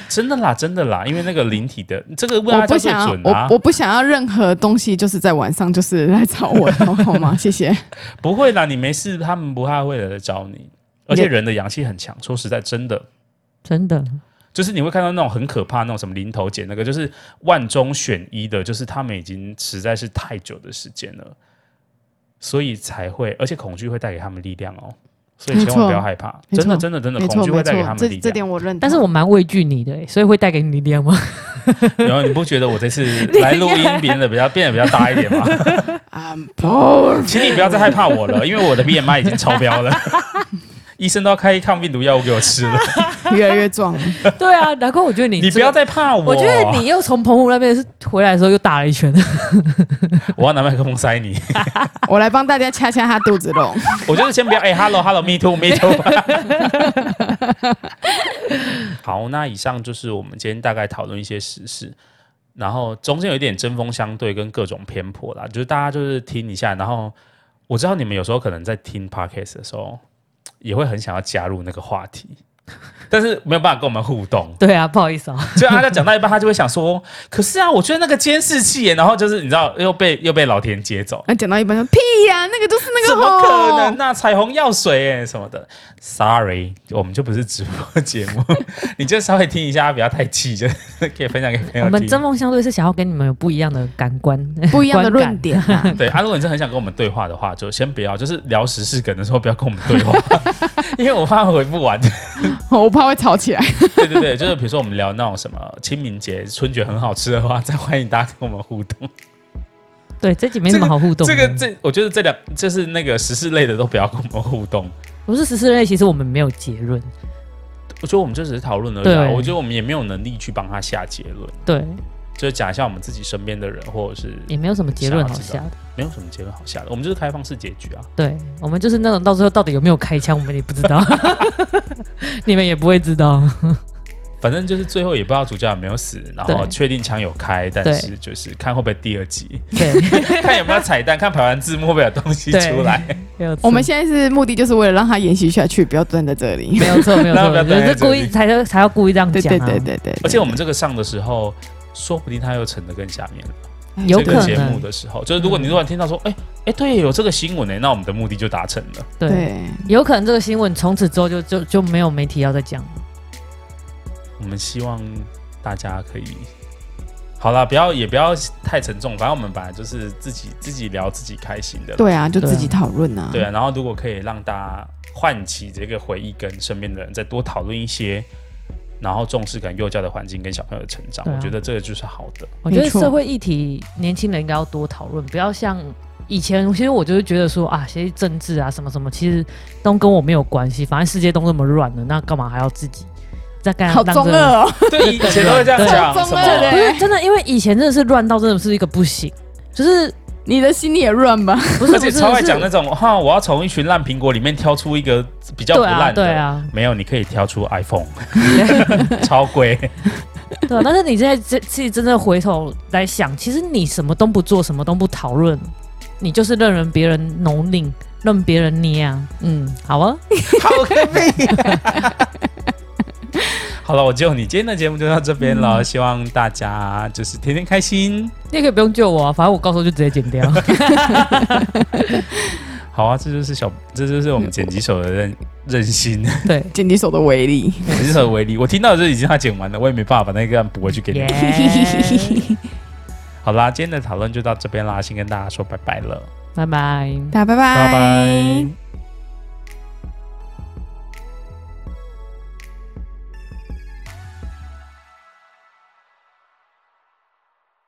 Speaker 1: 真的啦，真的啦，因为那个灵体的这个问他
Speaker 3: 我不
Speaker 1: 叫最
Speaker 3: 想要，
Speaker 1: 准啊
Speaker 3: 我，我不想要任何东西，就是在晚上就是来找我， 好吗？谢谢。
Speaker 1: 不会啦，你没事，他们不太会来找你。而且人的阳气很强，说实在，真的
Speaker 2: 真的
Speaker 1: 就是你会看到那种很可怕那种什么零头姐那个，就是万中选一的，就是他们已经实在是太久的时间了，所以才会，而且恐惧会带给他们力量哦，所以千
Speaker 3: 没
Speaker 1: 万
Speaker 3: 错
Speaker 1: 不要害怕，
Speaker 3: 没错
Speaker 1: 真的真的真的
Speaker 3: 没
Speaker 1: 恐
Speaker 3: 错，
Speaker 1: 惧会
Speaker 3: 没
Speaker 1: 带给
Speaker 3: 错
Speaker 1: 他，们
Speaker 3: 这
Speaker 1: 力
Speaker 3: 这点
Speaker 1: 量。
Speaker 3: 我认同。
Speaker 2: 但是我蛮畏惧你的、欸，所以会带给你力量吗？
Speaker 1: 然后你不觉得我这次来录音别人的比较变得比较大一点吗？
Speaker 3: I'm poor，
Speaker 1: 请你不要再害怕我了，因为我的 BMI 已经超标了，医生都要开抗病毒药物给我吃了。
Speaker 3: 越来越壮。
Speaker 2: 对啊，难怪我觉得你、
Speaker 1: 你不要，再怕我，
Speaker 2: 我觉啊得你又从澎湖那边是回来的时候又打了一拳，
Speaker 1: 我要拿麦克风塞你。
Speaker 3: 我来帮大家掐掐他肚子肉。
Speaker 1: 我觉得先不要，哎、h e l l o Hello，Me Too，Me Too。好，那以上就是我们今天大概讨论一些时事，然后中间有一点针锋相对跟各种偏颇啦，就是大家就是听一下，然后我知道你们有时候可能在听 Podcast 的时候，也会很想要加入那个话题， 但是没有办法跟我们互动。
Speaker 2: 对啊，不好意思啊，
Speaker 1: 就他在讲到一半，他就会想说：“可是啊，我觉得那个监视器耶，然后就是你知道，又被又被老田接走，
Speaker 3: 那讲到一半说屁呀、那个就是那
Speaker 1: 怎
Speaker 3: 个
Speaker 1: 么
Speaker 3: 吼，
Speaker 1: 可 能啊？彩虹药水哎什么的，sorry，我们就不是直播节目， 你就稍微听一下，不要太气，就是 可以分享给朋
Speaker 2: 我
Speaker 1: 友
Speaker 2: 们针
Speaker 1: 听。
Speaker 2: 锋相对是想要跟你们有不一样的感官，
Speaker 3: 不一样的
Speaker 2: 观感
Speaker 3: 论点啊。
Speaker 1: 对啊，如果你真的很想跟我们对话的话，就先不要，就是聊时事梗的时候不要跟我们对话， 因为我怕回不完。
Speaker 3: 我怕会吵起来。
Speaker 1: 对对对，就是比如说我们聊那种什么清明节、春卷很好吃的话，再欢迎大家跟我们互动。
Speaker 2: 对，这集没什么好互动
Speaker 1: 这
Speaker 2: 的、
Speaker 1: 个这，我觉得这两就是那个时事类的都不要跟我们互动。
Speaker 2: 不是十四类，其实我们没有结论，
Speaker 1: 我觉得我们就只是讨论而已、啊，
Speaker 2: 对
Speaker 1: 我觉得我们也没有能力去帮他下结论，
Speaker 2: 对，
Speaker 1: 就是讲一下我们自己身边的人，或者是
Speaker 2: 也没有什么结论好
Speaker 1: 想
Speaker 2: 下
Speaker 1: 要
Speaker 2: 的。
Speaker 1: 没有什么结论好下的。我们就是开放式结局啊，
Speaker 2: 对我们就是那种到最后到底有没有开枪，我们也不 知道，你们也不会知道。
Speaker 1: 反正就是最后也不知道主角有没有死，然后
Speaker 2: 对
Speaker 1: 确定枪有开，但
Speaker 2: 对
Speaker 1: 是就是看会不会第二集，
Speaker 2: 对，
Speaker 1: 看有没有彩蛋，看排完字幕会不会有东西
Speaker 2: 对
Speaker 1: 出来。
Speaker 2: 没有错
Speaker 3: 我们现在是目的就是为了让他延续下去，不要蹲在这里。
Speaker 2: 没有错，没有
Speaker 1: 那不要
Speaker 2: 错，
Speaker 1: 等在
Speaker 2: 就是
Speaker 1: 这
Speaker 2: 故
Speaker 1: 里
Speaker 2: 意才要才要故意这样
Speaker 3: 对
Speaker 2: 讲啊
Speaker 3: 对对对对对
Speaker 1: 而且我们这个上的时候，说不定它又沉得更下面了。
Speaker 2: 有
Speaker 1: 这
Speaker 2: 可
Speaker 1: 个
Speaker 2: 能嗯
Speaker 1: 节目的时候，就是如果你突然听到说，哎、哎、对，有这个新闻哎、那我们的目的就达成了。
Speaker 2: 对
Speaker 3: 对，
Speaker 2: 有可能这个新闻从此之后就就就没有媒体要再讲了。
Speaker 1: 我们希望大家可以，好啦，不要也不要太沉重，反正我们本来就是自己自己聊自己开心的，
Speaker 3: 对啊，就自己讨论啊。
Speaker 1: 对啊。然后如果可以让大家唤起这个回忆，跟身边的人再多讨论一些，然后重视跟幼教的环境跟小朋友的成长，
Speaker 2: 对啊
Speaker 1: 我觉得这个就是好 的。
Speaker 2: 我觉得
Speaker 3: 没错
Speaker 2: 社会议题，年轻人应该要多讨论，不要像以前。其实我就是觉得说啊，其实政治啊什么什么，其实都跟我没有关系，反正世界都那么乱了，那干嘛还要自己在干？
Speaker 3: 好
Speaker 2: 让
Speaker 3: 中
Speaker 2: 这
Speaker 3: 二哦，
Speaker 1: 对，以前都会这样讲，
Speaker 3: 对啊
Speaker 1: 什么
Speaker 3: 对对
Speaker 2: 不是真的，因为以前真的是乱到真的是一个不行，就是
Speaker 3: 你的心里也乱吧？
Speaker 2: 不是
Speaker 1: 而
Speaker 2: 不
Speaker 1: 且
Speaker 2: 是
Speaker 1: 超爱
Speaker 2: 是
Speaker 1: 讲那种哈，我要从一群烂苹果里面挑出一个比较不
Speaker 2: 对啊
Speaker 1: 烂的。
Speaker 2: 对啊
Speaker 1: 没有，你可以挑出 iPhone，超贵。
Speaker 2: 对啊，但是你现在自自己真正回头来想，其实你什么都不做，什么都不讨论，你就是任人别人蹂躏，任别人捏啊，嗯，好啊，
Speaker 1: 好可以。好了，我救你。今天的节目就到这边了，希望大家就是天天开心。
Speaker 2: 你也可以不用救我啊，反正我到时候就直接剪掉。
Speaker 1: 好啊，这就是小，这就是我们剪辑手的任任性，
Speaker 2: 对，
Speaker 3: 剪辑手的威力。
Speaker 1: 剪辑手的威力。我听到的就是已经他剪完了，我也没办法把那个案补回去给你。
Speaker 2: 耶，哎
Speaker 1: 好啦，今天的讨论就到这边啦，先跟大家说拜拜了，
Speaker 2: 拜拜。
Speaker 3: 大家拜
Speaker 1: 拜拜。